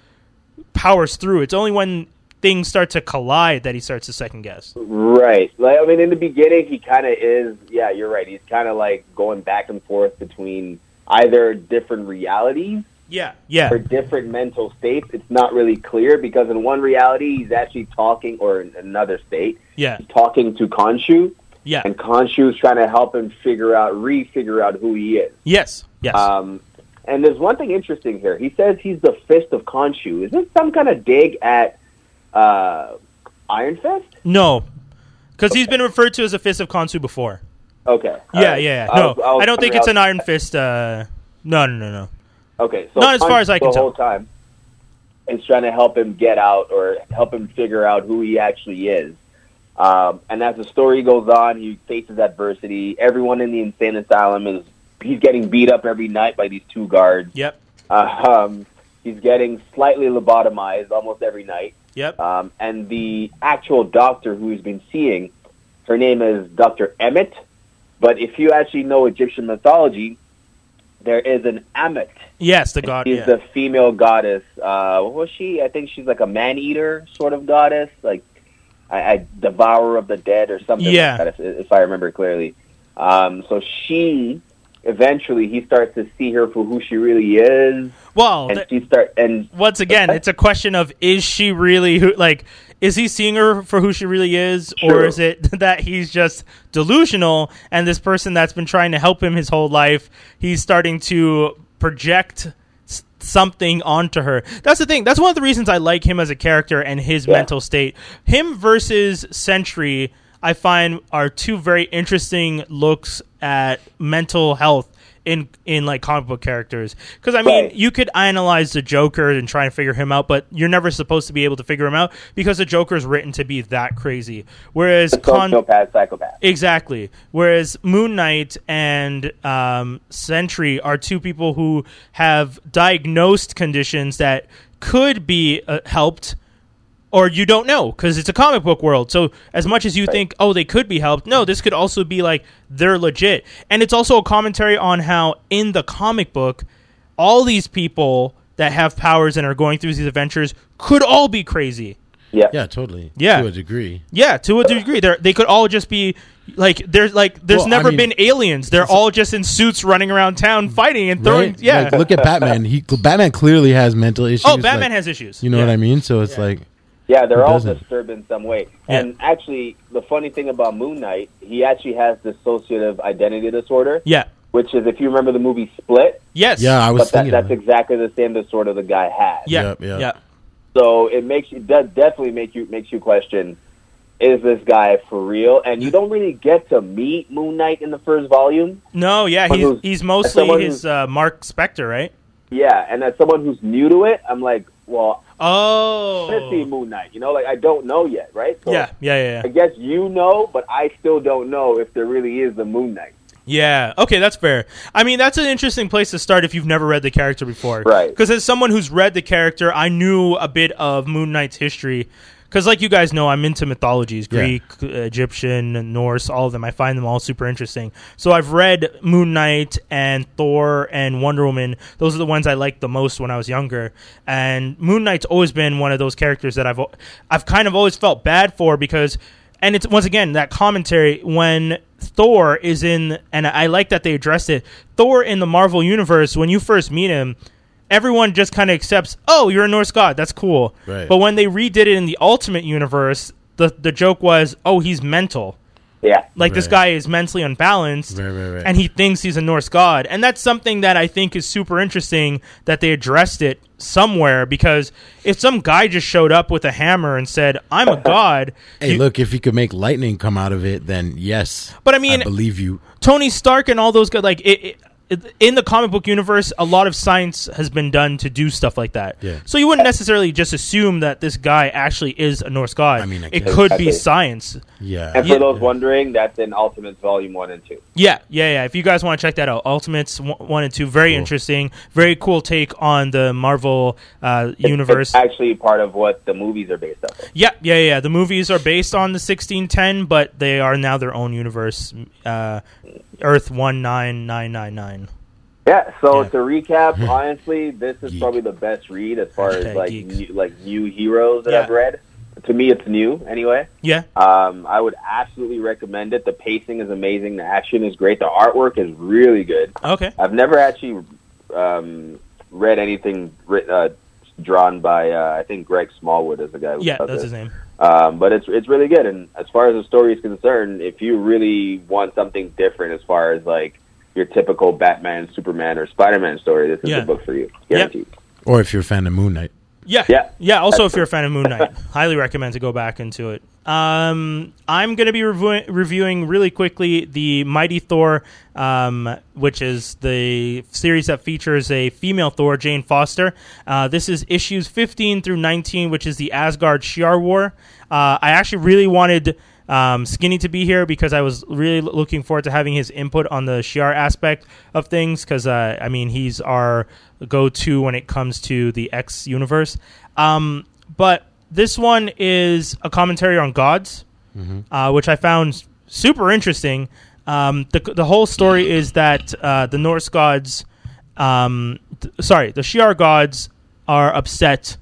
Speaker 6: powers through. It's only when things start to collide that he starts to second guess.
Speaker 8: Right. Like I mean, in the beginning, he kind of is. Yeah, you're right. He's kind of like going back and forth between either different realities
Speaker 6: Yeah. Yeah.
Speaker 8: or different mental states. It's not really clear because in one reality, he's actually talking, or in another state,
Speaker 6: Yeah,
Speaker 8: he's talking to Khonshu,
Speaker 6: yeah,
Speaker 8: and Khonshu is trying to help him figure out, re-figure out who he is.
Speaker 6: yes, yes.
Speaker 8: Um, and there's one thing interesting here. He says he's the fist of Khonshu. Is this some kind of dig at uh, Iron Fist?
Speaker 6: no, because he's been referred to as a fist of Kansu before.
Speaker 8: Okay.
Speaker 6: yeah,
Speaker 8: Alright.
Speaker 6: yeah, yeah.
Speaker 8: I
Speaker 6: No,
Speaker 8: was-
Speaker 6: I,
Speaker 8: was
Speaker 6: don't think
Speaker 8: wondering-
Speaker 6: it's an Iron Fist. Uh, no, no, no, no.
Speaker 8: Okay, so
Speaker 6: Not as far as I
Speaker 8: Punch
Speaker 6: can
Speaker 8: the whole time is trying to help him get out or help him figure out who he actually is. Um, and as the story goes on, he faces adversity. Everyone in the insane asylum is he's getting beat up every night by these two guards.
Speaker 6: Yep,
Speaker 8: Uh, um, he's getting slightly lobotomized almost every night.
Speaker 6: yep.
Speaker 8: Um, and the actual doctor who he's been seeing, her name is Dr. Emmet. But if you actually know Egyptian mythology, there is an Amet
Speaker 6: yes, the god.
Speaker 8: She's
Speaker 6: Yeah.
Speaker 8: the female goddess. Uh, what was she? I think she's like a man eater sort of goddess, like I, I devourer of the dead or something.
Speaker 6: Yeah.
Speaker 8: Like that, if, if I remember clearly. Um, so she eventually he starts to see her for who she really is.
Speaker 6: Well,
Speaker 8: and she start and
Speaker 6: Once again, it's a question of is she really who? Like, is he seeing her for who she really is, or
Speaker 8: Sure.
Speaker 6: is it that he's just delusional? And this person that's been trying to help him his whole life, he's starting to project s- something onto her. That's the thing. That's one of the reasons I like him as a character and his
Speaker 12: Yeah.
Speaker 6: mental state. Him versus Sentry, I find are two very interesting looks at mental health in in like comic book characters. Because I mean,
Speaker 12: Right.
Speaker 6: you could analyze the Joker and try and figure him out, but you're never supposed to be able to figure him out because the Joker is written to be that crazy. Whereas Con-
Speaker 8: sociopath, psychopath.
Speaker 6: Exactly. Whereas Moon Knight and um, Sentry are two people who have diagnosed conditions that could be uh, helped, or you don't know because it's a comic book world. So as much as you think, oh, they could be helped, no, this could also be like they're legit. And it's also a commentary on how in the comic book, all these people that have powers and are going through these adventures could all be crazy.
Speaker 8: Yeah.
Speaker 7: Yeah, totally.
Speaker 6: Yeah.
Speaker 7: To a degree.
Speaker 6: Yeah, to a degree, they they could all just be like there's like there's
Speaker 7: Well, I
Speaker 6: never
Speaker 7: mean-
Speaker 6: been aliens. They're all just in suits running around town fighting and throwing.
Speaker 7: Right?
Speaker 6: Yeah, Oh,
Speaker 7: Like, look at Batman. He Batman clearly has mental issues.
Speaker 6: Batman
Speaker 7: like-
Speaker 6: has issues.
Speaker 7: You know what I mean? So it's like
Speaker 8: Yeah, they're
Speaker 7: Who
Speaker 8: all
Speaker 7: doesn't?
Speaker 8: disturbed in some way.
Speaker 7: Yeah.
Speaker 8: And actually, the funny thing about Moon Knight, he actually has dissociative identity disorder.
Speaker 6: Yeah.
Speaker 8: Which is, if you remember the movie Split.
Speaker 6: Yes.
Speaker 7: Yeah, I was
Speaker 8: but that,
Speaker 7: thinking
Speaker 8: That's exactly the same disorder the guy had.
Speaker 7: Yeah. Yep, yep.
Speaker 6: Yeah.
Speaker 8: So it makes you that definitely make you makes you question: Is this guy for real? And you don't really get to meet Moon Knight in the first volume.
Speaker 6: No, yeah,
Speaker 8: But
Speaker 6: he's
Speaker 8: who's-
Speaker 6: he's
Speaker 8: someone
Speaker 6: mostly
Speaker 8: who-
Speaker 6: his uh, Mark Spector, right?
Speaker 8: Yeah, and as someone who's new to it, I'm like, well,
Speaker 6: oh,
Speaker 8: let's see Moon Knight. You know, like I don't know yet, right? So
Speaker 6: Yeah, yeah, yeah,
Speaker 8: I
Speaker 6: yeah.
Speaker 8: guess you know, but I still don't know if there really is the Moon Knight.
Speaker 6: Yeah. Okay, that's fair. I mean, that's an interesting place to start if you've never read the character before,
Speaker 8: Right.
Speaker 6: Because as someone who's read the character, I knew a bit of Moon Knight's history. Because, like you guys know, I'm into mythologies
Speaker 12: Yeah.
Speaker 6: Greek, Egyptian, Norse, all of them. I find them all super interesting. So I've read Moon Knight and Thor and Wonder Woman. Those are the ones I liked the most when I was younger. And Moon Knight's always been one of those characters that I've al- I've kind of always felt bad for because and it's once again that commentary when Thor is in and I like that they addressed it. Thor in the Marvel universe when you first meet him Everyone just kind of accepts, oh, you're a Norse god. That's cool.
Speaker 12: Right.
Speaker 6: But when they redid it in the Ultimate Universe, the the joke was, oh, he's mental.
Speaker 8: Yeah.
Speaker 6: Like this
Speaker 12: Right.
Speaker 6: guy is mentally unbalanced
Speaker 12: right.
Speaker 6: and he thinks he's a Norse god. And that's something that I think is super interesting that they addressed it somewhere because if some guy just showed up with a hammer and said, I'm a god,
Speaker 7: Hey,
Speaker 6: you-
Speaker 7: look, if you could make lightning come out of it, then yes.
Speaker 6: But I mean-
Speaker 7: I believe you.
Speaker 6: Tony Stark and all those guys, like it, it, in the comic book universe, a lot of science has been done to do stuff like that.
Speaker 12: Yeah.
Speaker 6: So you wouldn't necessarily just assume that this guy actually is a Norse god. I mean, it
Speaker 8: guess.
Speaker 6: could
Speaker 8: Exactly.
Speaker 6: be science.
Speaker 7: Yeah.
Speaker 8: And for those wondering, that's in Ultimates Volume 1 and 2.
Speaker 6: Yeah, yeah, yeah. If you guys want to check that out, Ultimates w- one and two, very interesting, very cool take on the Marvel uh, universe.
Speaker 8: It's actually part of what the movies are based off of.
Speaker 6: Yeah, yeah, yeah. The movies are based on the 1610, but they are now their own universe, uh, Earth one nine nine nine nine.
Speaker 8: Yeah, so to recap, honestly, this is probably the best read as far as like new, like new heroes that I've read. To me, it's new anyway.
Speaker 6: Yeah.
Speaker 8: Um, I would absolutely recommend it. The pacing is amazing. The action is great. The artwork is really good.
Speaker 6: Okay.
Speaker 8: I've never actually um, read anything writ- uh, drawn by uh, I think Greg Smallwood is the guy. Who
Speaker 6: Yeah,
Speaker 8: does
Speaker 6: that's
Speaker 8: it.
Speaker 6: his name.
Speaker 8: Um, but it's it's really good. And as far as the story is concerned, if you really want something different, as far as like your typical Batman, Superman, or Spider-Man story, this is
Speaker 6: Yeah.
Speaker 8: the book for you.
Speaker 6: Yeah.
Speaker 8: Guaranteed.
Speaker 7: Or if you're a fan of Moon Knight.
Speaker 6: Yeah, yeah, yeah. Also, if you're a fan of Moon Knight, highly recommend to go back into it. Um, I'm going to be revu- reviewing really quickly the Mighty Thor, um, which is the series that features a female Thor, Jane Foster. Uh, this is issues 15 through 19, which is the Asgard Shi'ar War. Uh, I actually really wanted um, Skinny to be here because I was really lo- looking forward to having his input on the Shiar aspect of things because uh, I mean he's our go-to when it comes to the X universe. Um, but this one is a commentary on gods, uh, which I found super interesting. Um, the the whole story is that uh, the Norse gods, um, th- sorry, the Shiar gods are upset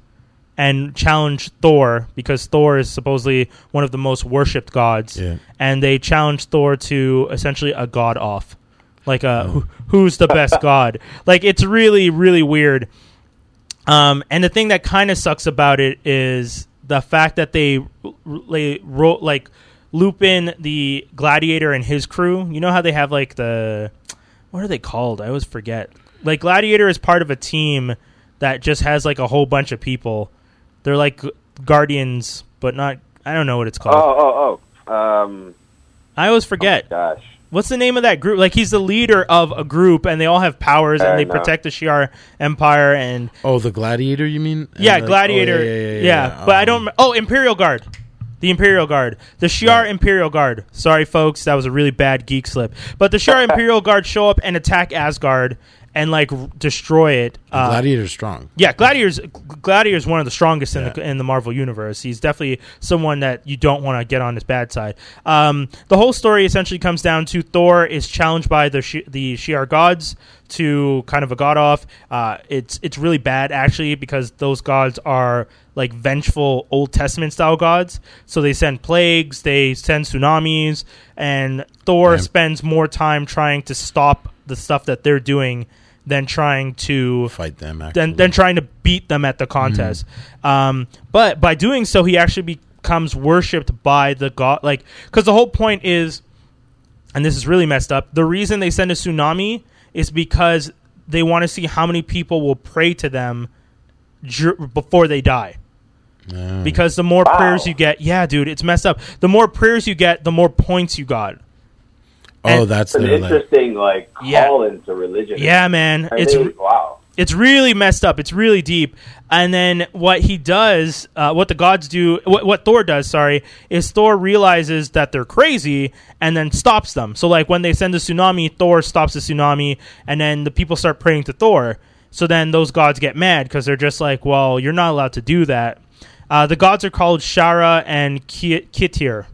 Speaker 6: and challenge Thor because Thor is supposedly one of the most worshipped gods, and they challenge Thor to essentially a god off, like uh, who, who's the best god? Like it's really really weird. Um, and the thing that kind of sucks about it is the fact that they they wrote like loop in the gladiator and his crew. You know how they have like the what are they called? I always forget. Like gladiator is part of a team that just has like a whole bunch of people. They're like gu- guardians, but not. I don't know what it's called.
Speaker 8: Oh, oh, oh. Um,
Speaker 6: I always forget.
Speaker 8: gosh.
Speaker 6: What's the name of that group? Like he's the leader of a group, and they all have powers,
Speaker 7: I
Speaker 6: and they
Speaker 7: know.
Speaker 6: protect the Shi'ar Empire. And
Speaker 7: Oh, the gladiator, you mean? And,
Speaker 6: yeah,
Speaker 7: like- oh,
Speaker 6: Gladiator.
Speaker 7: yeah, yeah, um, yeah, yeah.
Speaker 6: but I don't. rem- Oh, Imperial Guard. The Imperial Guard, the Shi'ar Imperial Guard. Sorry, folks, that was a really bad geek slip. But the Shi'ar Imperial Guard show up and attack Asgard and like r- destroy it. Uh,
Speaker 7: gladiator's strong.
Speaker 6: yeah, Gladiator's Gladiator's one of the strongest in the in the Marvel universe. He's definitely someone that you don't want to get on his bad side. Um, the whole story essentially comes down to Thor is challenged by the Shi the Shi'ar gods to kind of a god off. Uh, it's it's really bad actually because those gods are like vengeful Old Testament style gods. So they send plagues, they send tsunamis, and Thor spends more time trying to stop the stuff that they're doing than trying to
Speaker 7: fight them
Speaker 6: than, than trying to beat them at the contest um, but by doing so he actually becomes worshipped by the god like because the whole point is and this is really messed up the reason they send a tsunami is because they want to see how many people will pray to them jur- before they die because the more prayers you get yeah dude it's messed up the more prayers you get the more points you got
Speaker 7: Oh,
Speaker 6: and-
Speaker 7: that's
Speaker 8: It's an
Speaker 7: their like.
Speaker 8: interesting, like,
Speaker 6: Yeah.
Speaker 8: call into religion.
Speaker 6: Yeah, man.
Speaker 8: I
Speaker 6: It's
Speaker 8: mean,
Speaker 6: re-
Speaker 8: wow.
Speaker 6: it's really messed up. It's really deep. And then what he does, uh, what the gods do, what, what Thor does, sorry, is Thor realizes that they're crazy and then stops them. So like when they send a tsunami, Thor stops the tsunami, and then the people start praying to Thor. So then those gods get mad because they're just like, well, you're not allowed to do that. Uh, the gods are called Shara and Ki- Kitir,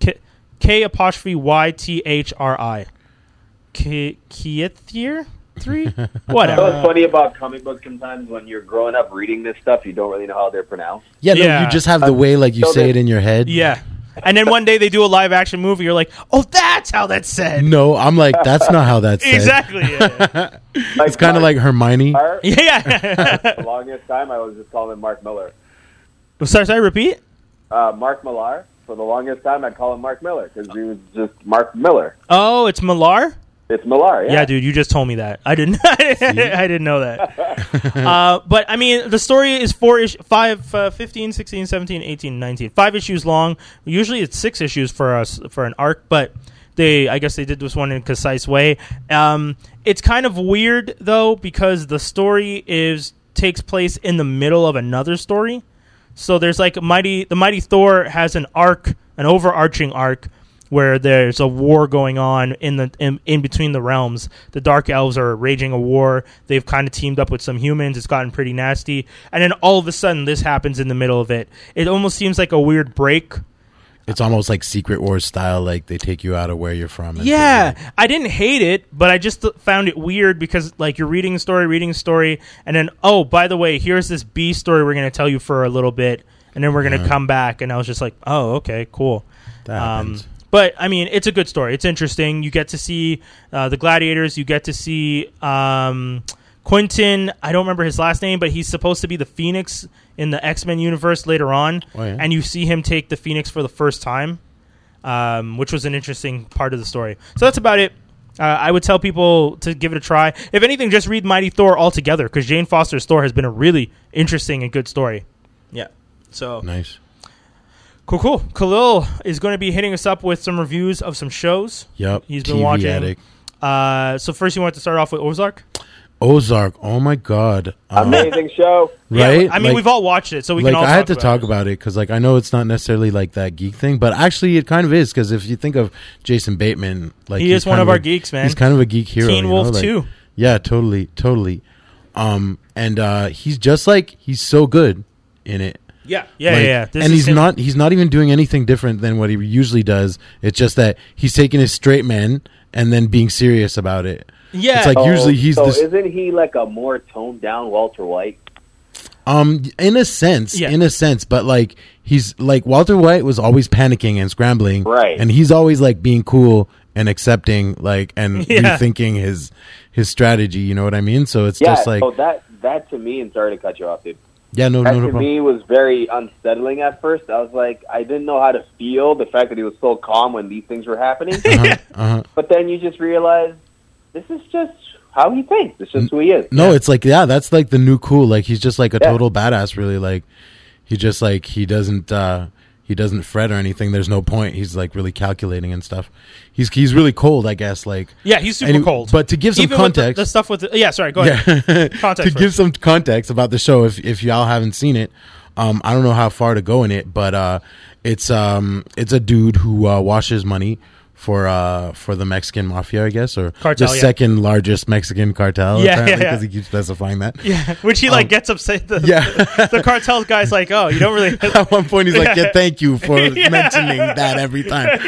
Speaker 6: Ki- K apostrophe Y T H R I. Ki- Kitir three,
Speaker 8: You know
Speaker 6: whatever.
Speaker 8: what's funny about comic books sometimes when you're growing up reading this stuff, you don't really know how they're pronounced.
Speaker 7: Yeah, no,
Speaker 6: Yeah.
Speaker 7: you just have the way like you say it in your head.
Speaker 6: Yeah. And then one day they do a live action movie. You're like, oh, that's how that's said.
Speaker 7: No, I'm like that's not how that's said.
Speaker 6: Exactly. Yeah.
Speaker 7: It's kind of like Hermione.
Speaker 6: yeah.
Speaker 8: the longest time, I was just calling him Mark Miller.
Speaker 6: sorry, sorry, repeat.
Speaker 8: Uh, Mark Millar. For the longest time, I'd call him Mark Miller because he was just Mark Miller.
Speaker 6: Oh, it's Millar?
Speaker 8: It's Millar, yeah.
Speaker 6: dude, you just told me that. I didn't. I didn't know that. uh, but I mean, the story is four ish, five, uh, 15, 16, 17, 18, 19. Five issues long. Usually it's six issues for us for an arc, but they, I guess, they did this one in a concise way. Um, it's kind of weird though because the story is takes place in the middle of another story. So there's like mighty the mighty Thor has an arc, an overarching arc where there's a war going on in the in, in between the realms. The Dark Elves are raging a war. They've kind of teamed up with some humans. It's gotten pretty nasty. And then all of a sudden this happens in the middle of it. It almost seems like a weird break
Speaker 7: It's almost like Secret Wars style. Like they take you out of where you're from. and-
Speaker 6: yeah, I didn't hate it, but I just th- found it weird because like you're reading a story, reading a story, and then oh, by the way, here's this B story we're gonna tell you for a little bit, and then we're gonna come back, and I was just like, oh, okay, cool. Um, but I mean, it's a good story. It's interesting. You get to see uh, the gladiators. You get to see um, Quentin. I don't remember his last name, but he's supposed to be the Phoenix in the X Men universe later on,
Speaker 7: Oh, yeah.
Speaker 6: and you see him take the Phoenix for the first time um, which was an interesting part of the story. So that's about it. Uh, I would tell people to give it a try. If anything, just read Mighty Thor altogether because Jane Foster's Thor has been a really interesting and good story. Yeah. So
Speaker 7: nice.
Speaker 6: Cool, cool. Khalil is going to be hitting us up with some reviews of some shows.
Speaker 7: Yep.
Speaker 6: He's been
Speaker 7: TV
Speaker 6: watching.
Speaker 7: addict.
Speaker 6: Uh, so first, you want to start off with Ozark,
Speaker 7: Ozark. Oh my god. Um,
Speaker 8: Amazing show.
Speaker 7: right?
Speaker 6: Yeah, I mean,
Speaker 7: Like-
Speaker 6: we've all watched it, so we
Speaker 7: like
Speaker 6: can all.
Speaker 7: I
Speaker 6: talk
Speaker 7: had to
Speaker 6: about
Speaker 7: talk
Speaker 6: it.
Speaker 7: about it because like I know it's not necessarily like that geek thing, but actually it kind of is because if you think of Jason Bateman, like
Speaker 6: He is
Speaker 7: he's
Speaker 6: one
Speaker 7: kind
Speaker 6: of
Speaker 7: a-
Speaker 6: our geeks, man.
Speaker 7: He's kind of a geek hero.
Speaker 6: Teen
Speaker 7: you
Speaker 6: Wolf
Speaker 7: know? like-
Speaker 6: 2.
Speaker 7: Yeah, totally, totally. Um, and uh, he's just like he's so good in it.
Speaker 6: Yeah, yeah,
Speaker 7: Like,
Speaker 6: yeah. yeah. This
Speaker 7: and
Speaker 6: is
Speaker 7: he's
Speaker 6: him.
Speaker 7: not he's not even doing anything different than what he usually does. It's just that he's taking his straight man and then being serious about it.
Speaker 6: Yeah.
Speaker 7: it's like
Speaker 8: So-
Speaker 7: usually he's
Speaker 8: so
Speaker 7: this
Speaker 8: isn't he like a more toned down Walter White?
Speaker 7: Um, in a sense,
Speaker 6: Yeah.
Speaker 7: in a sense, but like he's like Walter White was always panicking and scrambling,
Speaker 8: Right.
Speaker 7: And he's always like being cool and accepting like and
Speaker 8: Yeah.
Speaker 7: rethinking his his strategy. You know what I mean? So it's
Speaker 8: yeah,
Speaker 7: just like
Speaker 8: so that that to me, and sorry to cut you off, dude.
Speaker 7: yeah, no,
Speaker 8: that
Speaker 7: no, no
Speaker 8: to
Speaker 7: problem.
Speaker 8: me was very unsettling at first. I was like, I didn't know how to feel the fact that he was so calm when these things were happening.
Speaker 7: Uh-huh.
Speaker 8: But then you just realize this is just how he thinks. It's just who he is.
Speaker 7: No, it's like yeah, that's like the new cool. Like he's just like a
Speaker 8: Yeah.
Speaker 7: total badass. Really, like he just like he doesn't uh he doesn't fret or anything. There's no point. He's like really calculating and stuff. He's he's really cold, I guess. Like
Speaker 6: Yeah, he's super
Speaker 7: And he-
Speaker 6: cold.
Speaker 7: But to give some
Speaker 6: Even with the-
Speaker 7: context,
Speaker 6: the, stuff with the, yeah, sorry, go ahead.
Speaker 7: yeah.
Speaker 6: Context
Speaker 7: to
Speaker 6: first.
Speaker 7: give some context about the show, if if y'all haven't seen it, um, I don't know how far to go in it, but uh, it's um, it's a dude who uh, washes money for uh for the Mexican mafia, I guess, or
Speaker 6: Cartel,
Speaker 7: the
Speaker 6: yeah.
Speaker 7: second largest Mexican cartel.
Speaker 6: Yeah, yeah, yeah.
Speaker 7: because he keeps specifying that.
Speaker 6: Yeah, which he like gets upset. The,
Speaker 7: Um, yeah.
Speaker 6: the cartel guy's like, oh, you don't really.
Speaker 7: At one point, he's like, "Yeah, thank you for
Speaker 6: Yeah.
Speaker 7: mentioning that every time.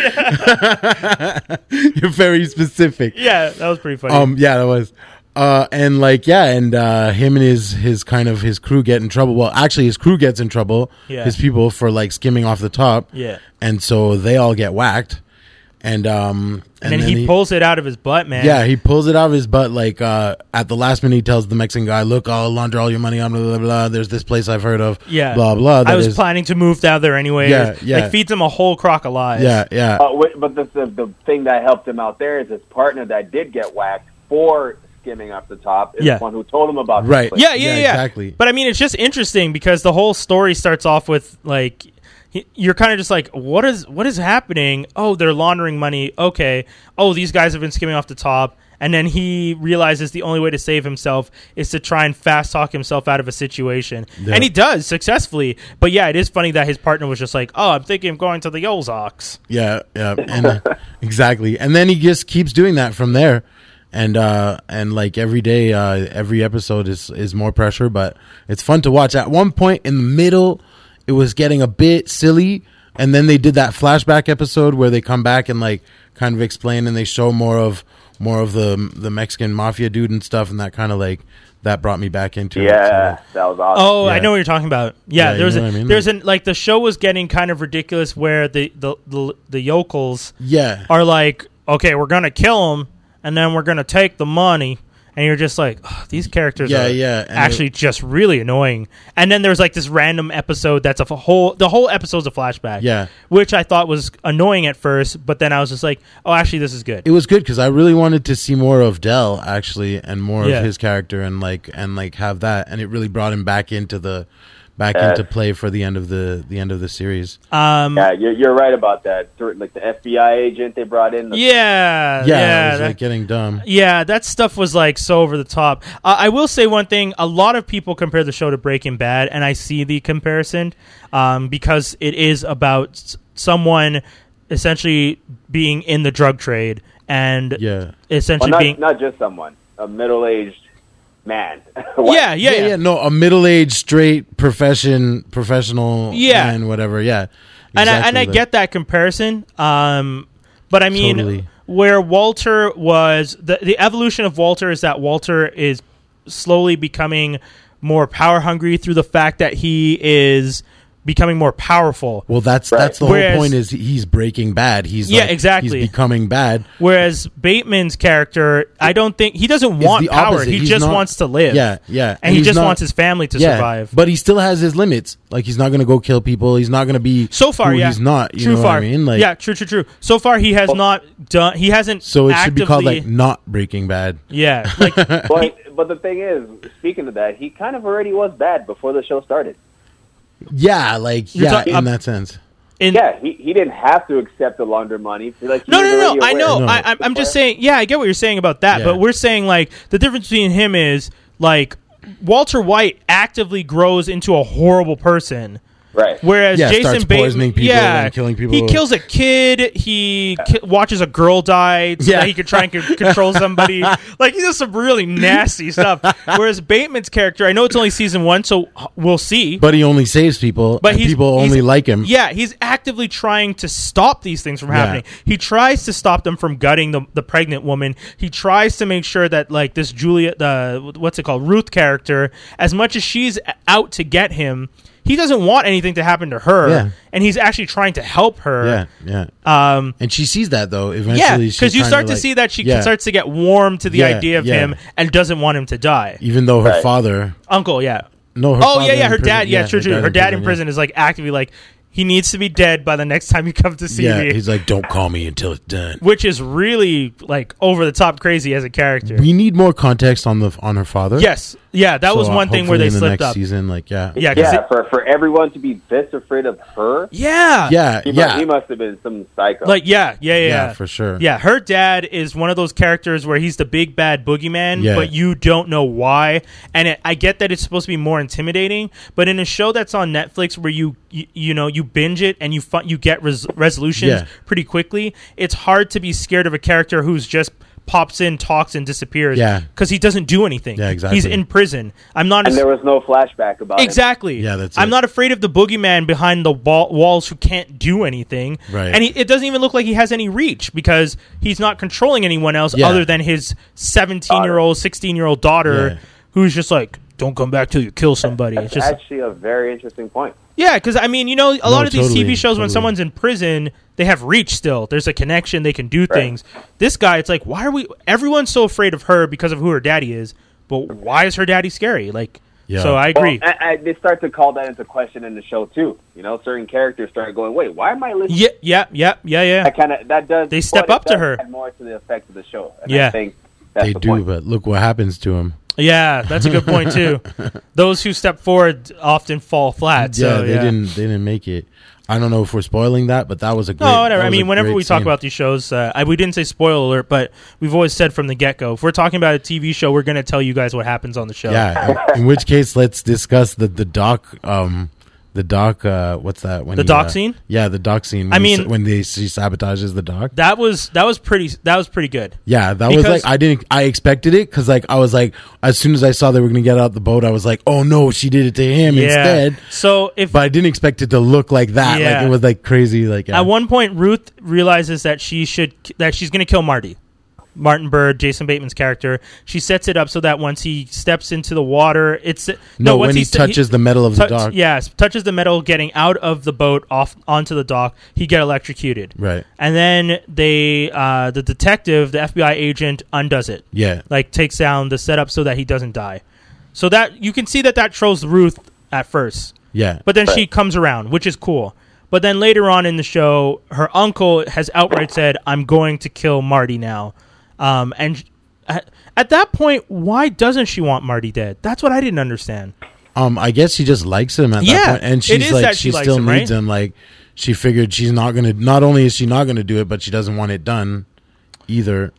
Speaker 7: You're very specific."
Speaker 6: Yeah, that was pretty funny.
Speaker 7: Um, yeah, that was. Uh, and like, yeah, and uh, him and his his kind of his crew get in trouble. Well, actually, his crew gets in trouble.
Speaker 6: Yeah.
Speaker 7: His people for like skimming off the top.
Speaker 6: Yeah.
Speaker 7: and so they all get whacked. And um,
Speaker 6: and, then, he, pulls it out of his butt, man.
Speaker 7: Yeah, he pulls it out of his butt. Like uh, at the last minute, he tells the Mexican guy, "Look, I'll launder all your money. on blah blah blah. There's this place I've heard of.
Speaker 6: yeah,
Speaker 7: blah blah.
Speaker 6: I
Speaker 7: that
Speaker 6: was
Speaker 7: is-
Speaker 6: planning to move down there anyway.
Speaker 7: Yeah, yeah.
Speaker 6: Like feeds him a whole crock of lies.
Speaker 7: Yeah, yeah.
Speaker 8: Uh, wait, but the, the the thing that helped him out there is his partner that did get whacked for skimming off the top is
Speaker 6: Yeah.
Speaker 8: the one who told him about this
Speaker 7: Right.
Speaker 8: place.
Speaker 6: yeah, yeah, yeah,
Speaker 7: exactly.
Speaker 6: But I mean, it's just interesting because the whole story starts off with like y- you're kind of just like, what is what is happening? Oh, they're laundering money. Okay. Oh, these guys have been skimming off the top. And then he realizes the only way to save himself is to try and fast talk himself out of a situation.
Speaker 7: Yeah.
Speaker 6: And he does successfully. But yeah, it is funny that his partner was just like, oh, I'm thinking of going to the Ozarks.
Speaker 7: Yeah, yeah, and uh, exactly. And then he just keeps doing that from there, and uh, and like every day, uh, every episode is is more pressure, but it's fun to watch. At one point in the middle, it was getting a bit silly, and then they did that flashback episode where they come back and like kind of explain and they show more of more of the the Mexican mafia dude and stuff, and that kind of like that brought me back into it.
Speaker 8: Yeah, that was awesome.
Speaker 6: Oh, I
Speaker 7: Yeah.
Speaker 6: know what you're talking about. Yeah,
Speaker 7: Yeah, you
Speaker 6: there was
Speaker 7: know
Speaker 6: a,
Speaker 7: what I mean?
Speaker 6: there's an like the show was getting kind of ridiculous where the the the, the yokels
Speaker 7: Yeah.
Speaker 6: are like, okay, we're gonna kill him, and then we're gonna take the money, and you're just like, "Ugh, these characters
Speaker 7: Yeah,
Speaker 6: are
Speaker 7: yeah, and
Speaker 6: actually just really annoying. And then there's like this random episode that's a f- whole the whole episode's a flashback,
Speaker 7: Yeah.
Speaker 6: which I thought was annoying at first, but then I was just like, oh, actually, this is good.
Speaker 7: it was good because I really wanted to see more of Dell actually, and more
Speaker 6: Yeah.
Speaker 7: of his character, and like and like have that, and it really brought him back into the back
Speaker 8: Yeah.
Speaker 7: into play for the end of the the end of the series.
Speaker 6: Um,
Speaker 8: Yeah, you're, you're right about that. Through- Like the FBI agent they brought in. The,
Speaker 6: yeah,
Speaker 7: yeah, it was
Speaker 6: that-
Speaker 7: like getting dumb.
Speaker 6: Yeah, that stuff was like so over the top. Uh, I will say one thing: a lot of people compare the show to Breaking Bad, and I see the comparison um, because it is about s- someone essentially being in the drug trade and
Speaker 7: Yeah.
Speaker 8: Well,
Speaker 6: essentially
Speaker 8: not
Speaker 6: being
Speaker 8: not just someone, a middle aged man. What?
Speaker 6: yeah, yeah, yeah,
Speaker 7: No, a middle aged straight profession professional.
Speaker 6: Yeah.
Speaker 7: and whatever. Yeah,
Speaker 6: and I and
Speaker 7: Exactly
Speaker 6: I
Speaker 7: that.
Speaker 6: get that comparison. Um, but I mean,
Speaker 7: Totally.
Speaker 6: where Walter was the the evolution of Walter is that Walter is slowly becoming more power hungry through the fact that he is becoming more powerful.
Speaker 7: Well, that's that's the
Speaker 6: Whereas-
Speaker 7: whole point. Is he's breaking bad. He's
Speaker 6: Yeah,
Speaker 7: like-
Speaker 6: exactly.
Speaker 7: He's becoming bad.
Speaker 6: Whereas Bateman's character, I don't think he doesn't
Speaker 7: It's
Speaker 6: want
Speaker 7: the
Speaker 6: power.
Speaker 7: opposite.
Speaker 6: He
Speaker 7: He's
Speaker 6: just
Speaker 7: not-
Speaker 6: wants to live.
Speaker 7: Yeah, yeah.
Speaker 6: and, he
Speaker 7: he's
Speaker 6: just
Speaker 7: not-
Speaker 6: wants his family to survive.
Speaker 7: But he still has his limits. Like he's not going to go kill people. He's not going to be
Speaker 6: so far,
Speaker 7: who
Speaker 6: yeah,
Speaker 7: He's not. You
Speaker 6: true.
Speaker 7: know
Speaker 6: far,
Speaker 7: what I mean? Like
Speaker 6: yeah, true, true, true. So far, he has not done. He hasn't.
Speaker 7: So it should be called
Speaker 6: actively-
Speaker 7: like not Breaking Bad.
Speaker 6: yeah, like
Speaker 8: But, but the thing is, speaking of that, he kind of already was bad before the show started.
Speaker 7: Yeah, like
Speaker 6: You're
Speaker 7: yeah,
Speaker 6: talking-
Speaker 7: in
Speaker 6: um,
Speaker 7: that sense.
Speaker 6: in
Speaker 8: Yeah, he, he didn't have to accept the launder money. Like, he
Speaker 6: No,
Speaker 8: was
Speaker 6: no, no,
Speaker 8: already
Speaker 6: no. I
Speaker 8: aware.
Speaker 6: know.
Speaker 7: No.
Speaker 6: I, I'm, I'm just saying. Yeah, I get what you're saying about that.
Speaker 7: Yeah.
Speaker 6: But we're saying like the difference between him is like Walter White actively grows into a horrible person,
Speaker 8: Right.
Speaker 6: whereas
Speaker 7: Yeah,
Speaker 6: Jason
Speaker 7: starts
Speaker 6: Bateman,
Speaker 7: poisoning people
Speaker 6: yeah,
Speaker 7: and killing people.
Speaker 6: He kills a kid. He ki- watches a girl die so
Speaker 7: Yeah.
Speaker 6: that he could try and c- control somebody. like he does some really nasty stuff. Whereas Bateman's character, I know it's only season one, so h- we'll see.
Speaker 7: But he only saves people.
Speaker 6: But
Speaker 7: and
Speaker 6: he's-
Speaker 7: people
Speaker 6: he's-
Speaker 7: only like him.
Speaker 6: Yeah, he's actively trying to stop these things from
Speaker 7: Yeah.
Speaker 6: happening. He tries to stop them from gutting the, the pregnant woman. He tries to make sure that like this Julia, the what's it called, Ruth character, as much as she's out to get him, he doesn't want anything to happen to her,
Speaker 7: Yeah.
Speaker 6: and he's actually trying to help her.
Speaker 7: Yeah, yeah.
Speaker 6: Um,
Speaker 7: and she sees that though eventually.
Speaker 6: yeah,
Speaker 7: she's
Speaker 6: because you
Speaker 7: trying
Speaker 6: start to,
Speaker 7: like-
Speaker 6: see that she
Speaker 7: Yeah.
Speaker 6: starts to get warm to the
Speaker 7: Yeah,
Speaker 6: idea of
Speaker 7: yeah.
Speaker 6: him and doesn't want him to die.
Speaker 7: even though her
Speaker 6: Right.
Speaker 7: father.
Speaker 6: Uncle, yeah.
Speaker 7: No, her
Speaker 6: oh
Speaker 7: father
Speaker 6: yeah, yeah.
Speaker 7: in
Speaker 6: Her
Speaker 7: prison-
Speaker 6: dad, yeah,
Speaker 7: yeah,
Speaker 6: true,
Speaker 7: her
Speaker 6: true.
Speaker 7: dad
Speaker 6: Her
Speaker 7: in
Speaker 6: dad in
Speaker 7: prison,
Speaker 6: prison is like actively like he needs to be dead by the next time you come to see
Speaker 7: yeah,
Speaker 6: me,
Speaker 7: he's like, don't call me until it's done.
Speaker 6: which is really like over the top crazy as a character.
Speaker 7: We need more context on the on her father.
Speaker 6: Yes, yeah, that
Speaker 7: So,
Speaker 6: was
Speaker 7: uh,
Speaker 6: one thing where
Speaker 7: hopefully
Speaker 6: they
Speaker 7: in the
Speaker 6: slipped
Speaker 7: next
Speaker 6: up.
Speaker 7: Season, like yeah,
Speaker 6: Yeah, 'cause
Speaker 8: yeah,
Speaker 6: it-
Speaker 8: for for everyone to be this afraid of her.
Speaker 6: Yeah. Yeah,
Speaker 8: he
Speaker 6: yeah.
Speaker 8: Must, he must have been some psycho.
Speaker 6: Like yeah, yeah, yeah,
Speaker 8: Yeah, for sure.
Speaker 6: Yeah, her dad is one of those characters where he's the big bad boogeyman,
Speaker 8: Yeah.
Speaker 6: but you don't know why. And it, I get that it's supposed to be more intimidating, but in a show that's on Netflix where you you, you know you binge it and you fi- you get res- resolutions
Speaker 7: Yeah.
Speaker 6: pretty quickly, it's hard to be scared of a character who's just pops in, talks, and disappears.
Speaker 7: Yeah.
Speaker 6: because he doesn't do anything. Yeah,
Speaker 7: exactly.
Speaker 6: He's in prison. I'm not.
Speaker 8: and
Speaker 6: as-
Speaker 8: there was no flashback about
Speaker 6: Exactly.
Speaker 8: Yeah, that's
Speaker 6: I'm
Speaker 8: it.
Speaker 6: not afraid of the boogeyman behind the wall- walls who can't do anything.
Speaker 8: Right.
Speaker 6: And he, it doesn't even look like he has any reach because he's not controlling anyone else
Speaker 7: Yeah.
Speaker 6: other than his 17 year old, 16 year old daughter
Speaker 8: Yeah.
Speaker 6: who's just like, don't come back till you kill somebody.
Speaker 8: it.
Speaker 6: It's
Speaker 8: It's
Speaker 6: just
Speaker 8: actually a very interesting point.
Speaker 6: yeah, because I mean, you know, a
Speaker 8: No,
Speaker 6: lot of these TV
Speaker 8: totally,
Speaker 6: shows when
Speaker 8: totally.
Speaker 6: someone's in prison, they have reach still. There's a connection. They can do things. This guy, it's like, why are we? Everyone's so afraid of her because of who her daddy is. But why is her daddy scary? Like, so I agree.
Speaker 8: Well, I, I, they start to call that into question in the show too. You know, certain characters start going, "Wait, why am I listening?"
Speaker 6: Yeah, yeah, yeah, yeah, yeah.
Speaker 8: That kind of that does.
Speaker 6: They step
Speaker 8: but it
Speaker 6: up to
Speaker 8: does
Speaker 6: her.
Speaker 8: Add more to the effect of the show. And
Speaker 6: Yeah.
Speaker 8: I think
Speaker 7: they do, but look what happens to him.
Speaker 6: Yeah, that's a good point too. Those who step forward often fall flat.
Speaker 7: yeah,
Speaker 6: so,
Speaker 7: they
Speaker 6: yeah.
Speaker 7: didn't they didn't make it. I don't know if we're spoiling that, but that was a great.
Speaker 6: no, whatever.
Speaker 7: that
Speaker 6: I
Speaker 7: was a
Speaker 6: mean, whenever
Speaker 7: great
Speaker 6: we talk
Speaker 7: scene.
Speaker 6: about these shows, uh, I, we didn't say spoiler alert, but we've always said from the get go, if we're talking about a TV show, we're going to tell you guys what happens on the show.
Speaker 7: yeah, in which case, let's discuss the the doc, um, the doc. Uh, what's that? When
Speaker 6: The
Speaker 7: he,
Speaker 6: doc
Speaker 7: uh,
Speaker 6: scene?
Speaker 7: Yeah, the doc scene.
Speaker 6: I
Speaker 7: when he
Speaker 6: mean-
Speaker 7: sa- when they she sabotages the doc.
Speaker 6: that was that was pretty that was pretty good.
Speaker 7: Yeah, that
Speaker 6: Because-
Speaker 7: was like I didn't I expected it because like I was like as soon as I saw they were gonna get out the boat, I was like, oh no, she did it to him
Speaker 6: Yeah.
Speaker 7: instead.
Speaker 6: So if
Speaker 7: but I didn't expect it to look like that.
Speaker 6: Yeah.
Speaker 7: Like it was like crazy. Like uh, yeah.
Speaker 6: At one point, Ruth realizes that she should that she's going to kill Marty, Martin Bird, Jason Bateman's character. She sets it up so that once he steps into the water, it's no,
Speaker 7: No,
Speaker 6: once
Speaker 7: when he
Speaker 6: ste-
Speaker 7: touches the metal of the dock.
Speaker 6: Yes, touches the metal, getting out of the boat off onto the dock, he get electrocuted.
Speaker 7: Right.
Speaker 6: and then they uh, the detective, the FBI agent, undoes it.
Speaker 7: Yeah.
Speaker 6: like takes down the setup so that he doesn't die. So that you can see that that trolls Ruth at first.
Speaker 7: Yeah.
Speaker 6: But then she comes around, which is cool. But then later on in the show, her uncle has outright said, "I'm going to kill Marty now." Um, and sh- at, at that point, why doesn't she want Marty dead? That's what I didn't understand.
Speaker 7: um I guess she just likes him at
Speaker 6: Yeah,
Speaker 7: that point. And
Speaker 6: it
Speaker 7: she's
Speaker 6: is
Speaker 7: like
Speaker 6: that
Speaker 7: she,
Speaker 6: she likes
Speaker 7: still
Speaker 6: him,
Speaker 7: needs
Speaker 6: right?
Speaker 7: him. Like she figured she's not gonna not only is she not gonna do it, but she doesn't want it done either.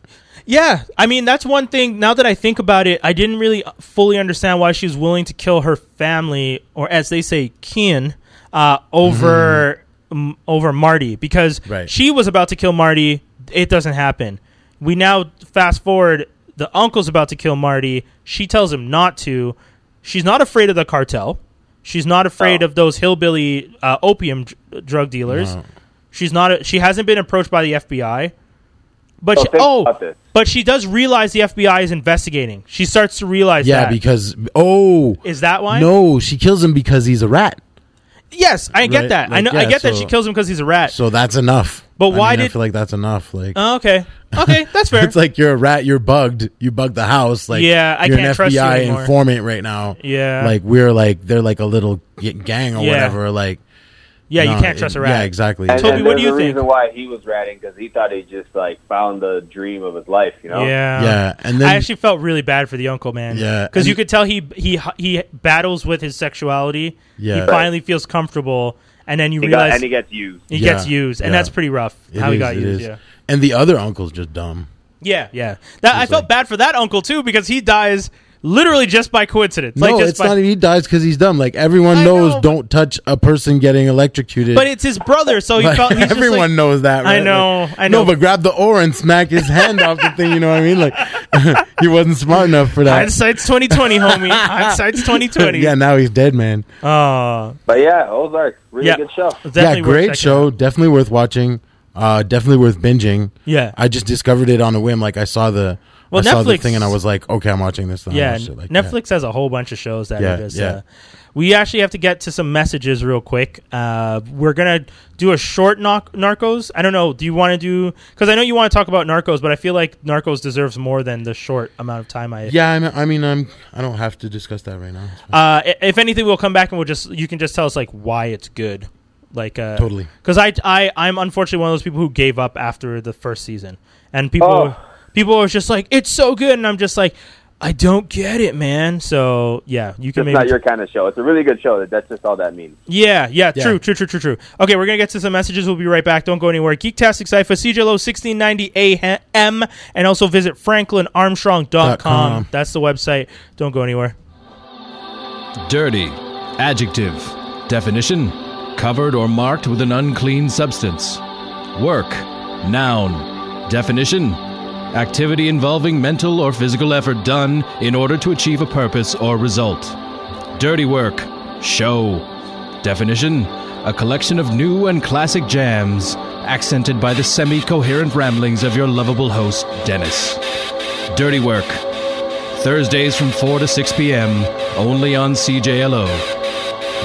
Speaker 6: Yeah, I mean that's one thing. Now that I think about it, I didn't really fully understand why she was willing to kill her family, or as they say, kin, uh, over m- over Marty because she was about to kill Marty. It doesn't happen. We now fast forward. The uncle's about to kill Marty. She tells him not to. She's not afraid of the cartel. She's not afraid of those hillbilly uh, opium dr- drug dealers.
Speaker 7: No.
Speaker 6: She's not. A, she hasn't been approached by the FBI. But
Speaker 8: So
Speaker 6: she,
Speaker 8: think about
Speaker 6: oh,
Speaker 8: this.
Speaker 6: but she does realize the FBI is investigating. She starts to realize
Speaker 7: yeah,
Speaker 6: that.
Speaker 7: because oh
Speaker 6: Is that why?
Speaker 7: No, she kills him because he's a rat.
Speaker 6: yes, I get
Speaker 7: Right,
Speaker 6: that. I
Speaker 7: like,
Speaker 6: know. I
Speaker 7: yeah,
Speaker 6: get that
Speaker 7: so-
Speaker 6: she kills him because he's a rat.
Speaker 7: So that's enough.
Speaker 6: But
Speaker 7: I
Speaker 6: why
Speaker 7: mean, I
Speaker 6: did-
Speaker 7: feel like that's enough? Like
Speaker 6: Oh, okay, okay, that's fair.
Speaker 7: It's like you're a rat. You're bugged. You bugged the house. Like
Speaker 6: Yeah, I
Speaker 7: you're
Speaker 6: can't
Speaker 7: an
Speaker 6: trust you
Speaker 7: FBI
Speaker 6: anymore.
Speaker 7: informant right now.
Speaker 6: Yeah.
Speaker 7: like we're like they're like a little g- gang or
Speaker 6: Yeah.
Speaker 7: whatever. Like
Speaker 6: Yeah, you
Speaker 7: no,
Speaker 6: can't trust
Speaker 7: it-
Speaker 6: a rat. Uh,
Speaker 7: Yeah, exactly.
Speaker 8: And, and there's a reason why he was ratting because he thought he just like found the dream of his life. You know?
Speaker 6: Yeah,
Speaker 7: Yeah, and then-
Speaker 6: I actually felt really bad for the uncle man.
Speaker 7: Yeah,
Speaker 6: because
Speaker 7: and-
Speaker 6: you could tell he he he battles with his sexuality. he
Speaker 7: Yeah.
Speaker 6: finally feels comfortable, and then you
Speaker 8: He got-
Speaker 6: realize
Speaker 8: and he gets used.
Speaker 6: He
Speaker 7: Yeah,
Speaker 6: gets used, and
Speaker 7: yeah.
Speaker 6: that's pretty rough
Speaker 7: It
Speaker 6: how he
Speaker 7: is,
Speaker 6: got
Speaker 7: it
Speaker 6: used.
Speaker 7: is.
Speaker 6: Yeah.
Speaker 7: and the other uncle's just dumb.
Speaker 6: Yeah, yeah. That I felt bad for that uncle too because he dies literally just by coincidence. like
Speaker 7: no,
Speaker 6: just
Speaker 7: it's
Speaker 6: by,
Speaker 7: not. even He dies because he's dumb. Like everyone knows, don't touch a person getting electrocuted.
Speaker 6: But it's his brother, so he
Speaker 7: Like,
Speaker 6: felt. He's just
Speaker 7: everyone
Speaker 6: like-
Speaker 7: knows that.
Speaker 6: I
Speaker 7: Right?
Speaker 6: know,
Speaker 7: Like,
Speaker 6: I know.
Speaker 7: No, but grab the oar and smack his hand off the thing. You know what I mean? Like he wasn't smart enough for that.
Speaker 6: hindsight's twenty twenty, homie. hindsight's twenty twenty.
Speaker 7: yeah, now he's dead, man.
Speaker 6: Oh,
Speaker 8: but yeah, Ozark, really
Speaker 6: Yeah.
Speaker 8: good show.
Speaker 7: yeah, great show. Definitely worth watching. Uh, definitely worth binging.
Speaker 6: Yeah.
Speaker 7: I just discovered it on a whim. Like I saw the
Speaker 6: Well,
Speaker 7: I saw the
Speaker 6: Netflix-
Speaker 7: thing and I was like, okay, I'm watching this. Then I
Speaker 6: yeah,
Speaker 7: watched it like that.
Speaker 6: Netflix has a whole bunch of shows that
Speaker 7: Yeah,
Speaker 6: are just.
Speaker 7: yeah.
Speaker 6: Uh, we actually have to get to some messages real quick. Uh, we're gonna do a short knock Narcos. I don't know. Do you want to do? Because I know you want to talk about Narcos, but I feel like Narcos deserves more than the short amount of time I.
Speaker 7: Yeah, I'm, I mean, I'm. I don't have to discuss that right now.
Speaker 6: Uh, i- if anything, we'll come back and we'll just you can just tell us like why it's good, like uh,
Speaker 7: Totally.
Speaker 6: Because I I I'm unfortunately one of those people who gave up after the first season, and people
Speaker 12: Oh.
Speaker 6: people are just like it's so good, and I'm just like I don't get it, man. So yeah, you can
Speaker 8: It's
Speaker 6: maybe
Speaker 8: not your kind of show. It's a really good show. That's just all that means.
Speaker 6: yeah, yeah,
Speaker 8: Yeah.
Speaker 6: true, true, true, true, true. Okay, we're gonna get to some messages. We'll be right back. Don't go anywhere. Geektastic Cypher, CJLO 1690 AM, and also visit FranklinArmstrong.com. That's the website. Don't go anywhere.
Speaker 13: Dirty. Adjective. Definition. Covered or marked with an unclean substance. Work. Noun. Definition. Activity involving mental or physical effort done in order to achieve a purpose or result. Dirty work. Show. Definition. A collection of new and classic jams, accented by the semi coherent ramblings of your lovable host, Dennis. Dirty work. Thursdays from 4 to 6 p.m. only on CJLO.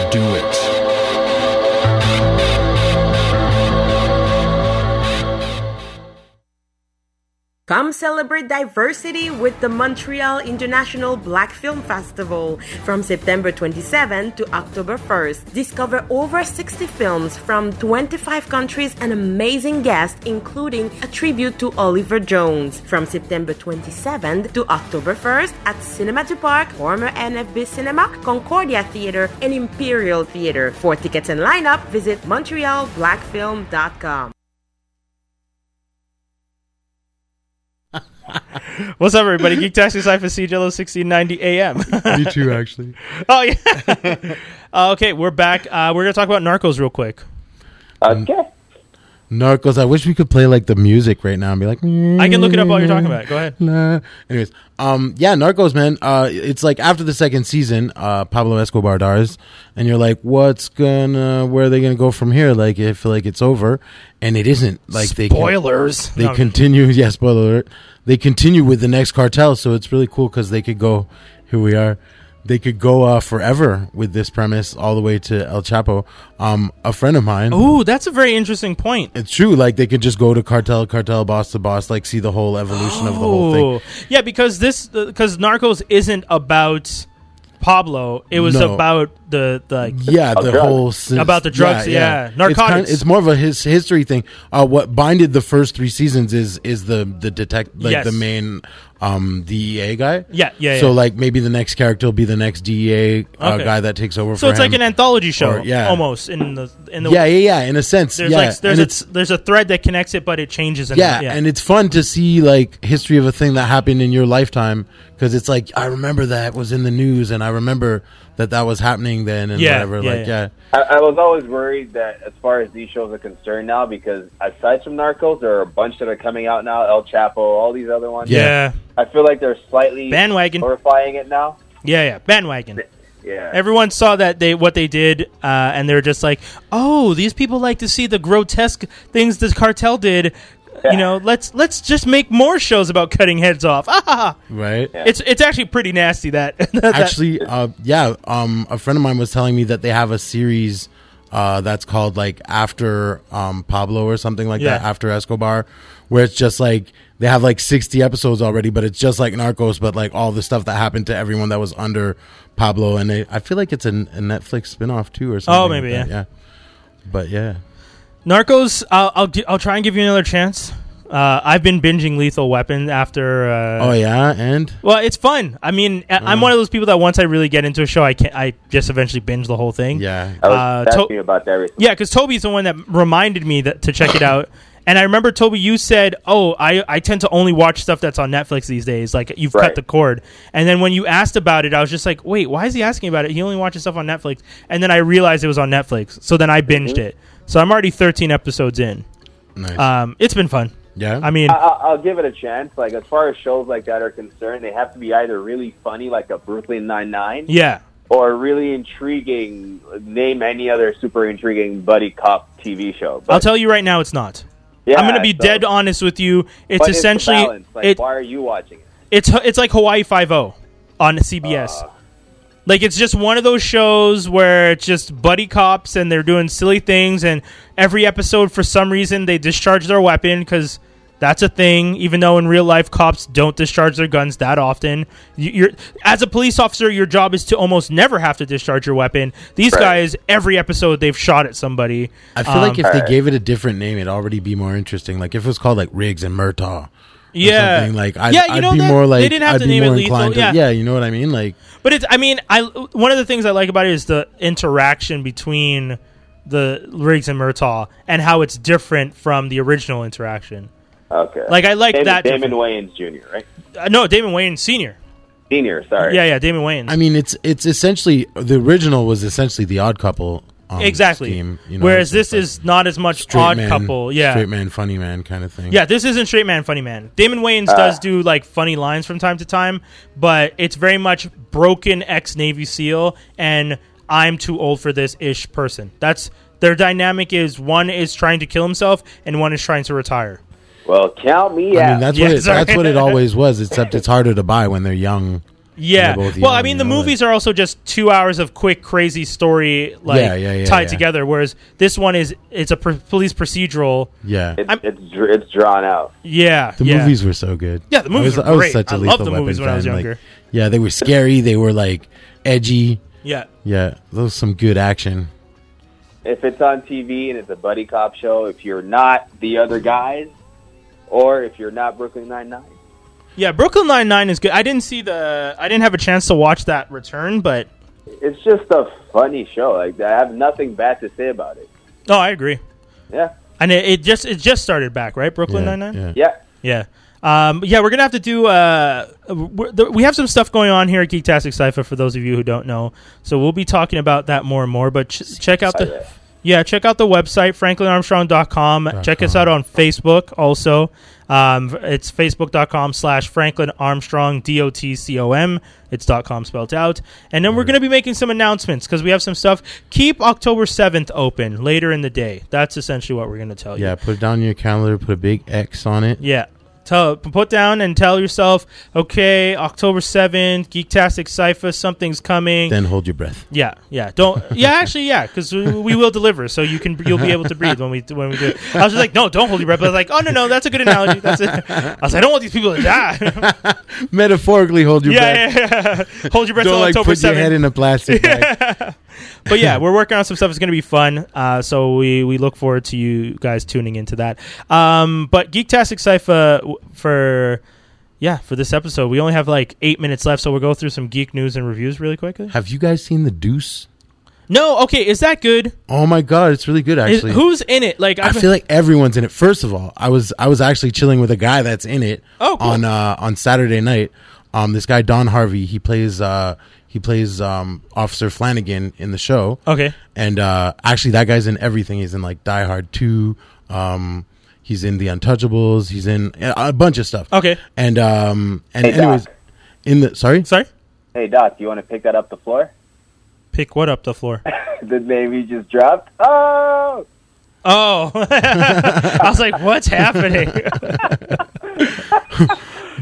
Speaker 13: Do it.
Speaker 14: Come celebrate diversity with the Montreal International Black Film Festival from September 27 to October 1st. Discover over 60 films from 25 countries and amazing guests, including a tribute to Oliver Jones from September 27 to October 1st at Cinema du Parc, former NFB Cinema, Concordia Theater, and Imperial Theater. For tickets and lineup, visit montrealblackfilm.com.
Speaker 6: What's up, everybody? Geek Taxi Cypher CJLO 1690 AM.
Speaker 7: Me too, actually.
Speaker 6: oh, yeah. Uh, okay, we're back. Uh, we're going to talk about Narcos real quick.
Speaker 8: Okay.
Speaker 7: Narcos. I wish we could play like the music right now and be like.
Speaker 6: I can look it up while you're talking about it. Go ahead.
Speaker 7: Nah. Anyways, um, yeah, Narcos, man. Uh, it's like after the second season, uh, Pablo Escobar dies, and you're like, what's gonna, where are they gonna go from here? Like, I feel like it's over, and it isn't. Like they con-
Speaker 6: Spoilers.
Speaker 7: They
Speaker 6: No.
Speaker 7: continue. Yeah, spoiler alert. They continue with the next cartel, so it's really cool because they could go. Here we are. They could go uh, forever with this premise all the way to El Chapo. Um, a friend of mine.
Speaker 6: Ooh, that's a very interesting point.
Speaker 7: It's true. Like they could just go to cartel, cartel, boss to boss, like see the whole evolution of the whole
Speaker 6: Oh,
Speaker 7: thing.
Speaker 6: yeah, because this because Narcos isn't about Pablo. It was
Speaker 7: No.
Speaker 6: about the the like,
Speaker 7: Yeah, the whole syn-
Speaker 6: about the drugs. Yeah, narcotics.
Speaker 7: It's, kind- it's more of a his, history thing. Uh, what binded the first three seasons is is the the detect like
Speaker 6: Yes.
Speaker 7: the main um DEA guy.
Speaker 6: Yeah, yeah,
Speaker 7: So
Speaker 6: yeah.
Speaker 7: like maybe the next character will be the next DEA uh,
Speaker 6: Okay.
Speaker 7: guy that takes over.
Speaker 6: so
Speaker 7: for
Speaker 6: it's like
Speaker 7: him.
Speaker 6: an anthology show,
Speaker 7: Or- yeah,
Speaker 6: almost in the in the
Speaker 7: yeah, yeah, yeah. In a sense,
Speaker 6: There's
Speaker 7: yeah.
Speaker 6: like there's
Speaker 7: and
Speaker 6: a
Speaker 7: it's
Speaker 6: there's a thread that connects it, but it changes. And
Speaker 7: yeah, and it's fun to see like history of a thing that happened in your lifetime because it's like I remember that was in the news and I remember that that was happening then and
Speaker 6: Yeah,
Speaker 7: whatever.
Speaker 6: yeah,
Speaker 7: like yeah.
Speaker 8: I, I was always worried that as far as these shows are concerned now, because aside from Narcos, there are a bunch that are coming out now, El Chapo, all these other ones.
Speaker 6: Yeah.
Speaker 8: I feel like they're slightly
Speaker 6: Bandwagon.
Speaker 8: glorifying it now.
Speaker 6: yeah, yeah, bandwagon.
Speaker 8: Yeah.
Speaker 6: Everyone saw that they what they did, uh, and they're just like, "Oh, these people like to see the grotesque things the cartel did." You know, let's let's just make more shows about cutting heads off. Ah, ha, ha.
Speaker 7: Right.
Speaker 6: It's it's actually pretty nasty that, that-
Speaker 7: Actually, uh, yeah. Um, a friend of mine was telling me that they have a series uh, that's called like after um, Pablo or something like that,
Speaker 6: Yeah.
Speaker 7: after Escobar, where it's just like they have like sixty episodes already, but it's just like Narcos, but like all the stuff that happened to everyone that was under Pablo, and they, I feel like it's a, a Netflix spinoff too or something. like
Speaker 6: Oh, maybe,
Speaker 7: that,
Speaker 6: yeah. Uh,
Speaker 7: yeah. But yeah.
Speaker 6: Narcos. I'll I'll, gi- I'll try and give you another chance. Uh, I've been binging Lethal Weapon after. Uh,
Speaker 7: Oh yeah, Mm. and
Speaker 6: Well, it's fun. I mean, I- I'm one of those people that once I really get into a show, I can not I just eventually binge the whole thing.
Speaker 7: Yeah,
Speaker 8: I was
Speaker 6: uh,
Speaker 8: asking
Speaker 6: to-
Speaker 8: you about that.
Speaker 6: Yeah, because Toby's the one that reminded me that to check it out. And I remember Toby, you said, "Oh, I, I tend to only watch stuff that's on Netflix these days. Like you've cut
Speaker 8: Right.
Speaker 6: the cord." And then when you asked about it, I was just like, "Wait, why is he asking about it? He only watches stuff on Netflix." And then I realized it was on Netflix, so then I binged
Speaker 8: Mhm.
Speaker 6: it. So I'm already 13 episodes in.
Speaker 7: Nice.
Speaker 6: Um, it's been fun.
Speaker 7: Yeah.
Speaker 6: I mean,
Speaker 8: I, I- I'll give it a chance. Like as far as shows like that are concerned, they have to be either really funny, like a Brooklyn Nine Nine,
Speaker 6: yeah.
Speaker 8: or really intriguing. Name any other super intriguing buddy cop TV show. But
Speaker 6: I'll tell you right now, it's not.
Speaker 8: Yeah,
Speaker 6: I'm going to be
Speaker 8: so-
Speaker 6: dead honest with you. It's
Speaker 8: but the
Speaker 6: essentially
Speaker 8: balance. like
Speaker 6: it-
Speaker 8: why are you watching it?
Speaker 6: It's it's like Hawaii Five O on CBS. like it's just one of those shows where it's just buddy cops and they're doing silly things and every episode for some reason they discharge their weapon cuz that's a thing even though in real life cops don't discharge their guns that often. You, you're as a police officer your job is to almost never have to discharge your weapon. These
Speaker 7: Right.
Speaker 6: guys every episode they've shot at somebody.
Speaker 7: I feel like
Speaker 6: Um,
Speaker 7: if they gave it a different name, it'd already be more interesting. Like if it was called like Riggs and Murtaugh. or
Speaker 6: Yeah.
Speaker 7: something, Like I'd,
Speaker 6: Yeah, you
Speaker 7: I'd
Speaker 6: know
Speaker 7: be
Speaker 6: that-
Speaker 7: more
Speaker 6: they
Speaker 7: like
Speaker 6: didn't have
Speaker 7: I'd
Speaker 6: to
Speaker 7: be
Speaker 6: name it
Speaker 7: more
Speaker 6: lethal,
Speaker 7: inclined
Speaker 6: yeah.
Speaker 7: to yeah, you know what I mean? Like
Speaker 6: But it's. I mean, I one of the things I like about it is the interaction between the Riggs and Murtaugh and how it's different from the original interaction.
Speaker 8: Okay.
Speaker 6: Like, I like
Speaker 8: Damon,
Speaker 6: that
Speaker 8: Damon
Speaker 6: different-
Speaker 8: Wayans Jr. Right?
Speaker 6: Uh, no, Damon Wayans Senior.
Speaker 8: Senior. Sorry.
Speaker 6: Yeah, yeah, Damon Wayans.
Speaker 7: I mean it's it's essentially the original was essentially the odd couple um,
Speaker 6: exactly.
Speaker 7: scheme, you know,
Speaker 6: Whereas
Speaker 7: it's
Speaker 6: this is not as much
Speaker 7: straight
Speaker 6: odd
Speaker 7: man-
Speaker 6: couple. Yeah,
Speaker 7: Straight man, funny man kind of thing.
Speaker 6: yeah. This isn't straight man, funny man. Damon Wayans
Speaker 7: Ah.
Speaker 6: does do like funny lines from time to time, but it's very much broken ex Navy SEAL and I'm too old for this ish person. That's their dynamic. Is one is trying to kill himself and one is trying to retire.
Speaker 8: Well, count me
Speaker 7: I
Speaker 8: out.
Speaker 7: mean that's
Speaker 6: Yeah,
Speaker 7: what it,
Speaker 6: sorry.
Speaker 7: that's what it always was, except it's harder to buy when they're young.
Speaker 6: Yeah.
Speaker 7: They're both
Speaker 6: Well, I
Speaker 7: young,
Speaker 6: mean,
Speaker 7: you
Speaker 6: the
Speaker 7: know,
Speaker 6: movies are also just two hours of quick, crazy story, like
Speaker 7: Yeah, yeah, yeah,
Speaker 6: tied
Speaker 7: yeah.
Speaker 6: together. Whereas this one is it's a pr- police procedural.
Speaker 7: Yeah.
Speaker 8: It's, it's dr- it's drawn out.
Speaker 6: Yeah.
Speaker 7: The
Speaker 6: yeah.
Speaker 7: movies were so good.
Speaker 6: Yeah, the movies
Speaker 7: I
Speaker 6: were
Speaker 7: was, I was
Speaker 6: great.
Speaker 7: such a
Speaker 6: I loved
Speaker 7: Lethal
Speaker 6: the movies
Speaker 7: Weapon
Speaker 6: when I was
Speaker 7: fan, like,
Speaker 6: younger.
Speaker 7: yeah, they were scary. They were like edgy.
Speaker 6: Yeah.
Speaker 7: Yeah, those some good action.
Speaker 8: If it's on TV and it's a buddy cop show, if you're not the other guys, or if you're not Brooklyn Nine Nine,
Speaker 6: Yeah, Brooklyn Nine Nine is good. I didn't see the. I didn't have a chance to watch that return, but
Speaker 8: it's just a funny show. Like I have nothing bad to say about it.
Speaker 6: oh, I agree.
Speaker 8: Yeah.
Speaker 6: And it, it just it just started back, right? Brooklyn
Speaker 8: Yeah,
Speaker 6: Nine Nine.
Speaker 8: yeah. Yeah.
Speaker 6: Yeah. Um, yeah, we're gonna have to do. Uh, we're- th- we have some stuff going on here at Geektastic Cipher for those of you who don't know. So we'll be talking about that more and more. But ch- check out the, yeah, check out the website franklinarmstrong.com. Check us out on Facebook also. Um, it's facebook.com slash Franklin Armstrong D O T C O M. It's dot com spelled out. And then we're gonna be making some announcements because we have some stuff. Keep October seventh open later in the day. That's essentially what we're gonna tell you.
Speaker 7: Yeah, put it down in your calendar. Put a big X on it.
Speaker 6: Yeah. Tell, put down and tell yourself, okay, October 7th, Geektastic Cypher, something's coming.
Speaker 7: Then hold your breath.
Speaker 6: yeah, yeah. Don't. Yeah, actually, yeah, because we, we will deliver, so you can you'll be able to breathe when we when we do. It. I was just like, no, don't hold your breath. But I was like, oh no, no, that's a good analogy. That's it. I was like, I don't want these people to die.
Speaker 7: Metaphorically, hold your
Speaker 6: yeah,
Speaker 7: breath.
Speaker 6: yeah, yeah. Hold your breath
Speaker 7: Don't
Speaker 6: till
Speaker 7: like
Speaker 6: October
Speaker 7: put your
Speaker 6: 7th.
Speaker 7: head in a plastic bag.
Speaker 6: but yeah, we're working on some stuff. It's going to be fun. Uh, so we, we look forward to you guys tuning into that. Um, but Geektastic Cypher w- for yeah for this episode, we only have like eight minutes left, so we'll go through some geek news and reviews really quickly.
Speaker 7: Have you guys seen the Deuce?
Speaker 6: No, okay, is that good?
Speaker 7: Oh my god, it's really good
Speaker 6: Is-
Speaker 7: actually.
Speaker 6: who's in it? Like
Speaker 7: I
Speaker 6: I've-
Speaker 7: feel like everyone's in it. First of all, I was I was actually chilling with a guy that's in it
Speaker 6: Oh, cool.
Speaker 7: on uh, on Saturday night. Um, this guy Don Harvey, he plays uh, he plays um, Officer Flanagan in the show.
Speaker 6: Okay.
Speaker 7: and uh, actually that guy's in everything. He's in like Die Hard Two. Um, he's in The Untouchables. He's in a a bunch of stuff.
Speaker 6: Okay,
Speaker 7: and um, and
Speaker 8: Hey, Doc.
Speaker 7: anyways, in the sorry
Speaker 6: sorry
Speaker 8: Hey Doc, you want to pick that up the floor?
Speaker 6: pick what up the floor.
Speaker 8: the name he just dropped. Oh,
Speaker 6: Oh, I was like, what's happening?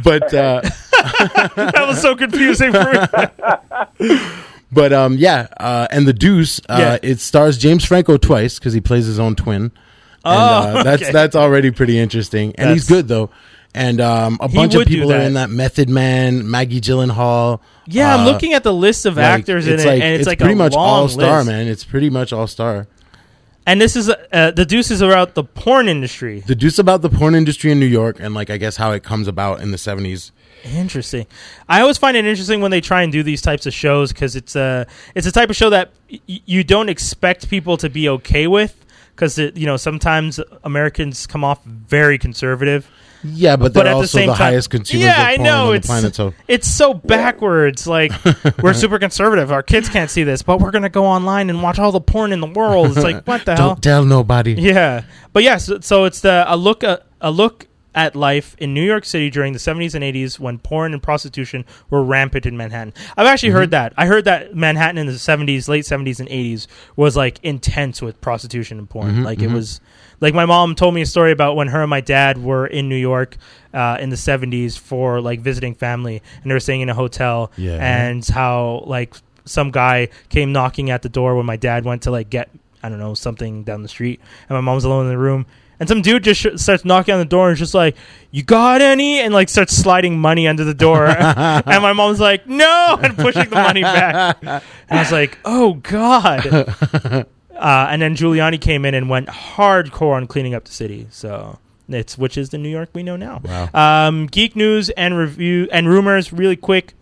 Speaker 7: but uh,
Speaker 6: that was so confusing for me.
Speaker 7: But um, yeah, uh, and the Deuce, uh, it stars James Franco twice because he plays his own twin. and,
Speaker 6: Oh,
Speaker 7: uh, that's
Speaker 6: okay.
Speaker 7: that's already pretty interesting, and he's
Speaker 6: That's-
Speaker 7: good though. And um, a
Speaker 6: He
Speaker 7: bunch of
Speaker 6: would do
Speaker 7: people are
Speaker 6: that.
Speaker 7: in that Method Man, Maggie Gyllenhaal.
Speaker 6: Yeah, I'm
Speaker 7: uh,
Speaker 6: looking at the list of
Speaker 7: like,
Speaker 6: actors in it, and it's, like
Speaker 7: pretty
Speaker 6: a
Speaker 7: much
Speaker 6: long
Speaker 7: all star,
Speaker 6: list.
Speaker 7: man. It's pretty much all star.
Speaker 6: And this is uh, the Deuce is about the porn industry.
Speaker 7: The Deuce about the porn industry in New York, and like I guess how it comes about in the '70s.
Speaker 6: Interesting. I always find it interesting when they try and do these types of shows because it's a it's a type of show that y- you don't expect people to be okay with because you know sometimes Americans come off very conservative.
Speaker 7: Yeah, but they're also the highest consumers
Speaker 6: Yeah,
Speaker 7: of
Speaker 6: I
Speaker 7: porn
Speaker 6: know
Speaker 7: on the
Speaker 6: it's
Speaker 7: planet, so-
Speaker 6: it's so backwards. Like we're super conservative. Our kids can't see this, but we're gonna go online and watch all the porn in the world. It's like what the
Speaker 7: Don't
Speaker 6: hell?
Speaker 7: tell nobody.
Speaker 6: Yeah, but yes. so, so it's the a look a, a look at life in New York City during the 70s and 80s when porn and prostitution were rampant in Manhattan. I've actually
Speaker 12: Mhm.
Speaker 6: heard that. I heard that Manhattan in the 70s, late 70s and 80s was like intense with prostitution and porn.
Speaker 12: Mhm,
Speaker 6: like
Speaker 12: mhm.
Speaker 6: it was like my mom told me a story about when her and my dad were in New York uh, in the 70s for like visiting family and they were staying in a hotel
Speaker 12: Yeah.
Speaker 6: and how like some guy came knocking at the door when my dad went to like get I don't know something down the street and my mom's alone in the room and some dude just sh- starts knocking on the door and is just like you got any and like starts sliding money under the door and my mom's like no and pushing the money back and I was like oh god uh, and then Giuliani came in and went hardcore on cleaning up the city. So it's which is the New York we know now. Um, geek news and review and rumors really quick.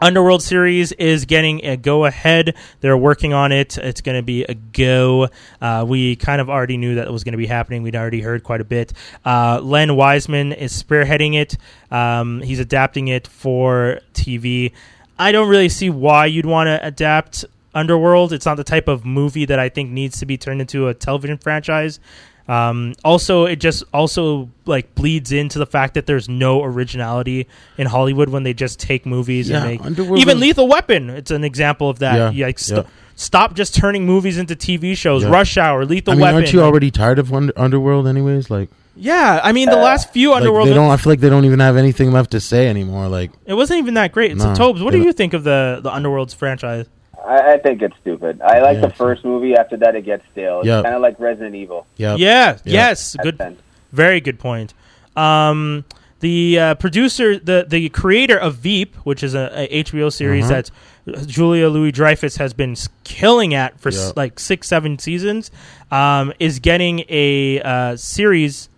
Speaker 6: Underworld series is getting a go ahead. They're working on it. It's going to be a go. Uh, we kind of already knew that was going to be happening. We'd already heard quite a bit. Uh, Len Wiseman is spearheading it. Um, he's adapting it for TV. I don't really see why you'd want to adapt Underworld. It's not the type of movie that I think needs to be turned into a television franchise. Um, also, it just also like bleeds into the fact that there's no originality in Hollywood when they just take movies
Speaker 12: Yeah,
Speaker 6: and make
Speaker 12: Underworld
Speaker 6: even
Speaker 12: was-
Speaker 6: Lethal Weapon. It's an example of that.
Speaker 7: Yeah,
Speaker 6: like st-
Speaker 7: yeah.
Speaker 6: stop just turning movies into TV shows.
Speaker 7: Yeah.
Speaker 6: Rush Hour, Lethal
Speaker 7: I mean,
Speaker 6: Weapon.
Speaker 7: aren't you already tired of Wonder- Underworld, anyways? Like,
Speaker 6: yeah, I mean the last few
Speaker 7: like,
Speaker 6: Underworld.
Speaker 7: they don't. I feel like they don't even have anything left to say anymore. Like,
Speaker 6: it wasn't even that great.
Speaker 7: Nah,
Speaker 6: so Tobes, what do
Speaker 7: they
Speaker 6: you think of the the Underworld's franchise?
Speaker 8: I, I think it's stupid. I like the first movie. After that, it gets stale. It's
Speaker 6: Yeah.
Speaker 8: kind of like Resident Evil.
Speaker 7: Yeah.
Speaker 6: Yeah.
Speaker 8: Yeah.
Speaker 6: Yes. Good. Very good point. Um, the uh, producer, the the creator of Veep, which is a, a HBO series
Speaker 7: Mm-hmm.
Speaker 12: Mhm.
Speaker 6: that Julia Louis Dreyfus has been s- killing at for
Speaker 12: Yeah.
Speaker 6: s- like six, seven seasons, um, is getting a uh, series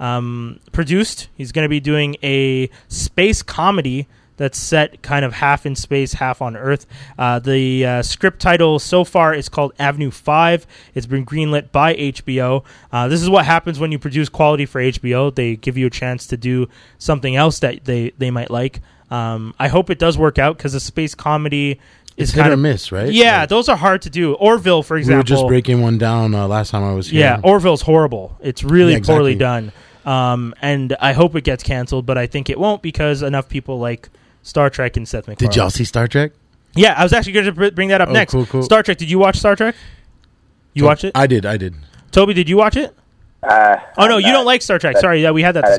Speaker 6: um, produced. He's going to be doing a space comedy that's set kind of half in space, half on Earth. Uh, the uh, script title so far is called Avenue 5. It's been greenlit by HBO. Uh, this is what happens when you produce quality for HBO. They give you a chance to do something else that they, they might like. Um, I hope it does work out because a space comedy is
Speaker 7: It's hit
Speaker 6: kind
Speaker 7: or
Speaker 6: of-
Speaker 7: miss, right?
Speaker 6: Yeah, those are hard to do. Orville, for
Speaker 7: we
Speaker 6: example,
Speaker 7: were just breaking one down uh, last time I was here.
Speaker 6: yeah, Orville's horrible. It's really
Speaker 7: Yeah, exactly.
Speaker 6: poorly done. Um, and I hope it gets canceled, but I think it won't because enough people like Star Trek and Seth MacFarlane.
Speaker 7: Did y'all see Star Trek?
Speaker 6: Yeah, I was actually going to br- bring that up
Speaker 7: Oh,
Speaker 6: next.
Speaker 7: cool, cool.
Speaker 6: Star Trek. Did you watch Star Trek? You
Speaker 7: So-
Speaker 6: watch it?
Speaker 7: I did. I did.
Speaker 6: Toby, did you watch it?
Speaker 8: Uh,
Speaker 6: oh no, you don't like Star Trek. Sorry, yeah, we had that
Speaker 8: not a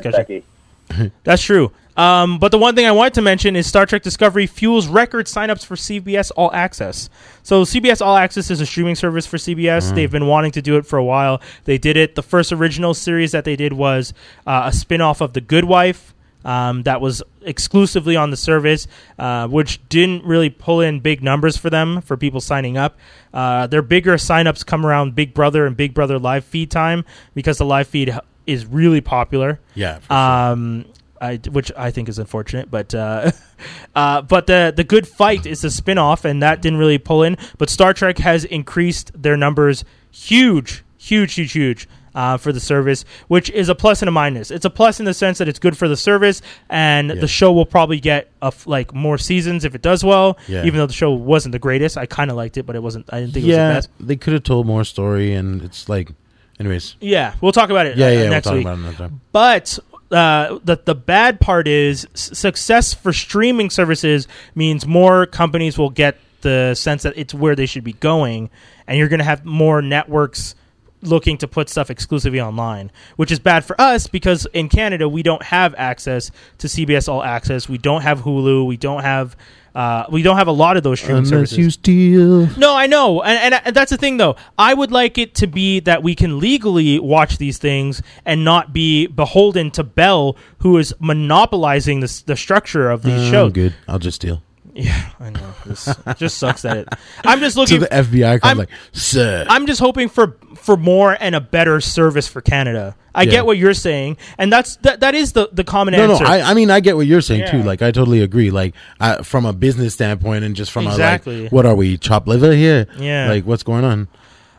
Speaker 6: discussion. That's true. Um, but the one thing I wanted to mention is Star Trek Discovery fuels record signups for CBS All Access. So CBS All Access is a streaming service for CBS.
Speaker 12: Mm.
Speaker 6: They've been wanting to do it for a while. They did it. The first original series that they did was uh, a spin-off of The Good Wife. Um, that was exclusively on the service, uh, which didn't really pull in big numbers for them for people signing up. Uh, their bigger signups come around Big Brother and Big Brother live feed time because the live feed h- is really popular.
Speaker 7: Yeah,
Speaker 6: Um, I, which I think is unfortunate, but uh, uh, but the the Good Fight is a spin-off, and that didn't really pull in. But Star Trek has increased their numbers huge, huge, huge, huge. Uh, for the service, which is a plus and a minus. It's a plus in the sense that it's good for the service, and the show will probably get a f- like more seasons if it does well.
Speaker 7: Yeah.
Speaker 6: Even though the show wasn't the greatest, I kind of liked it, but it wasn't. I didn't think it was the
Speaker 7: yeah,
Speaker 6: best.
Speaker 7: they could have told more story, and it's like, anyways.
Speaker 6: Yeah, we'll talk about it.
Speaker 7: Yeah,
Speaker 6: uh,
Speaker 7: yeah, we'll
Speaker 6: next
Speaker 7: talk
Speaker 6: week.
Speaker 7: about it another time.
Speaker 6: But uh, the the bad part is s- success for streaming services means more companies will get the sense that it's where they should be going, and you're going to have more networks looking to put stuff exclusively online, which is bad for us because in Canada we don't have access to CBS All Access, we don't have Hulu, we don't have. Uh, we don't have a lot of those streaming
Speaker 7: Unless
Speaker 6: services.
Speaker 7: you steal.
Speaker 6: No, I know, and, and and that's the thing though. I would like it to be that we can legally watch these things and not be beholden to Bell, who is monopolizing this, the structure of these
Speaker 7: Uh,
Speaker 6: shows.
Speaker 7: I'm good. I'll just steal.
Speaker 6: Yeah, I know. This just sucks that it. I'm just looking
Speaker 7: to the FBI.
Speaker 6: I'm-
Speaker 7: I'm like, sir.
Speaker 6: I'm just hoping for for more and a better service for Canada. I
Speaker 7: Yeah.
Speaker 6: get what you're saying, and that's that, that is the the common
Speaker 7: no,
Speaker 6: answer.
Speaker 7: no. I, I mean, I get what you're saying too.
Speaker 6: Yeah.
Speaker 7: Like, I totally agree. Like, I, from a business standpoint, and just from a
Speaker 6: Exactly.
Speaker 7: like, what are we chop liver here?
Speaker 6: Yeah.
Speaker 7: Like, what's going on?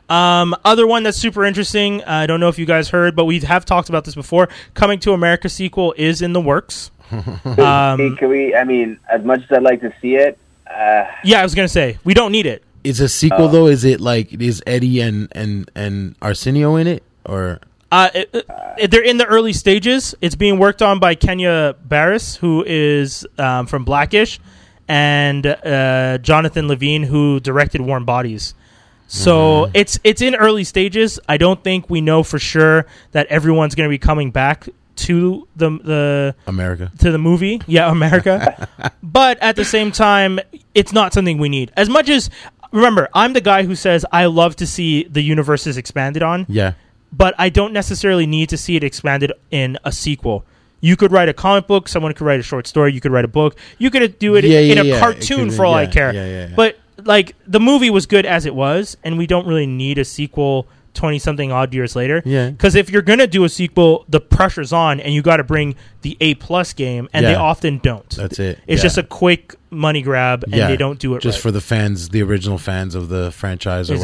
Speaker 6: Um, other one that's super interesting. uh, I don't know if you guys heard, but we have talked about this before. Coming to America sequel is in the works.
Speaker 8: Hey,
Speaker 6: Um,
Speaker 8: hey, can we? I mean, as much as I'd like to see it, uh,
Speaker 6: yeah, I was gonna say we don't need it.
Speaker 7: It's a sequel
Speaker 8: Oh.
Speaker 7: though. Is it like is Eddie and and and Arsenio in it or?
Speaker 6: Uh, it, it- they're in the early stages. It's being worked on by Kenya Barris, who is um, from Blackish, and uh, Jonathan Levine, who directed Warm Bodies. So it's it's in early stages. I don't think we know for sure that everyone's going to be coming back to the the
Speaker 7: America.
Speaker 6: to the movie. Yeah, America. but at the same time, it's not something we need. As much as remember, I'm the guy who says I love to see the universes expanded on
Speaker 7: Yeah.
Speaker 6: but I don't necessarily need to see it expanded in a sequel. You could write a comic book, someone could write a short story, you could write a book, you could do it
Speaker 7: Yeah,
Speaker 6: in
Speaker 7: yeah,
Speaker 6: a
Speaker 7: yeah. It
Speaker 6: cartoon
Speaker 7: could-
Speaker 6: for all I
Speaker 7: yeah,
Speaker 6: care.
Speaker 7: yeah, yeah, yeah.
Speaker 6: But like the movie was good as it was, and we don't really need a sequel twenty something odd years later.
Speaker 7: Yeah.
Speaker 6: Because if you're gonna do a sequel, the pressure's on, and you got to bring the A plus game, and they
Speaker 7: Yeah.
Speaker 6: often don't.
Speaker 7: That's it.
Speaker 6: It's
Speaker 7: Yeah.
Speaker 6: just a quick money grab, and they don't do it
Speaker 7: just
Speaker 6: right.
Speaker 7: for the fans, the original fans of the franchise or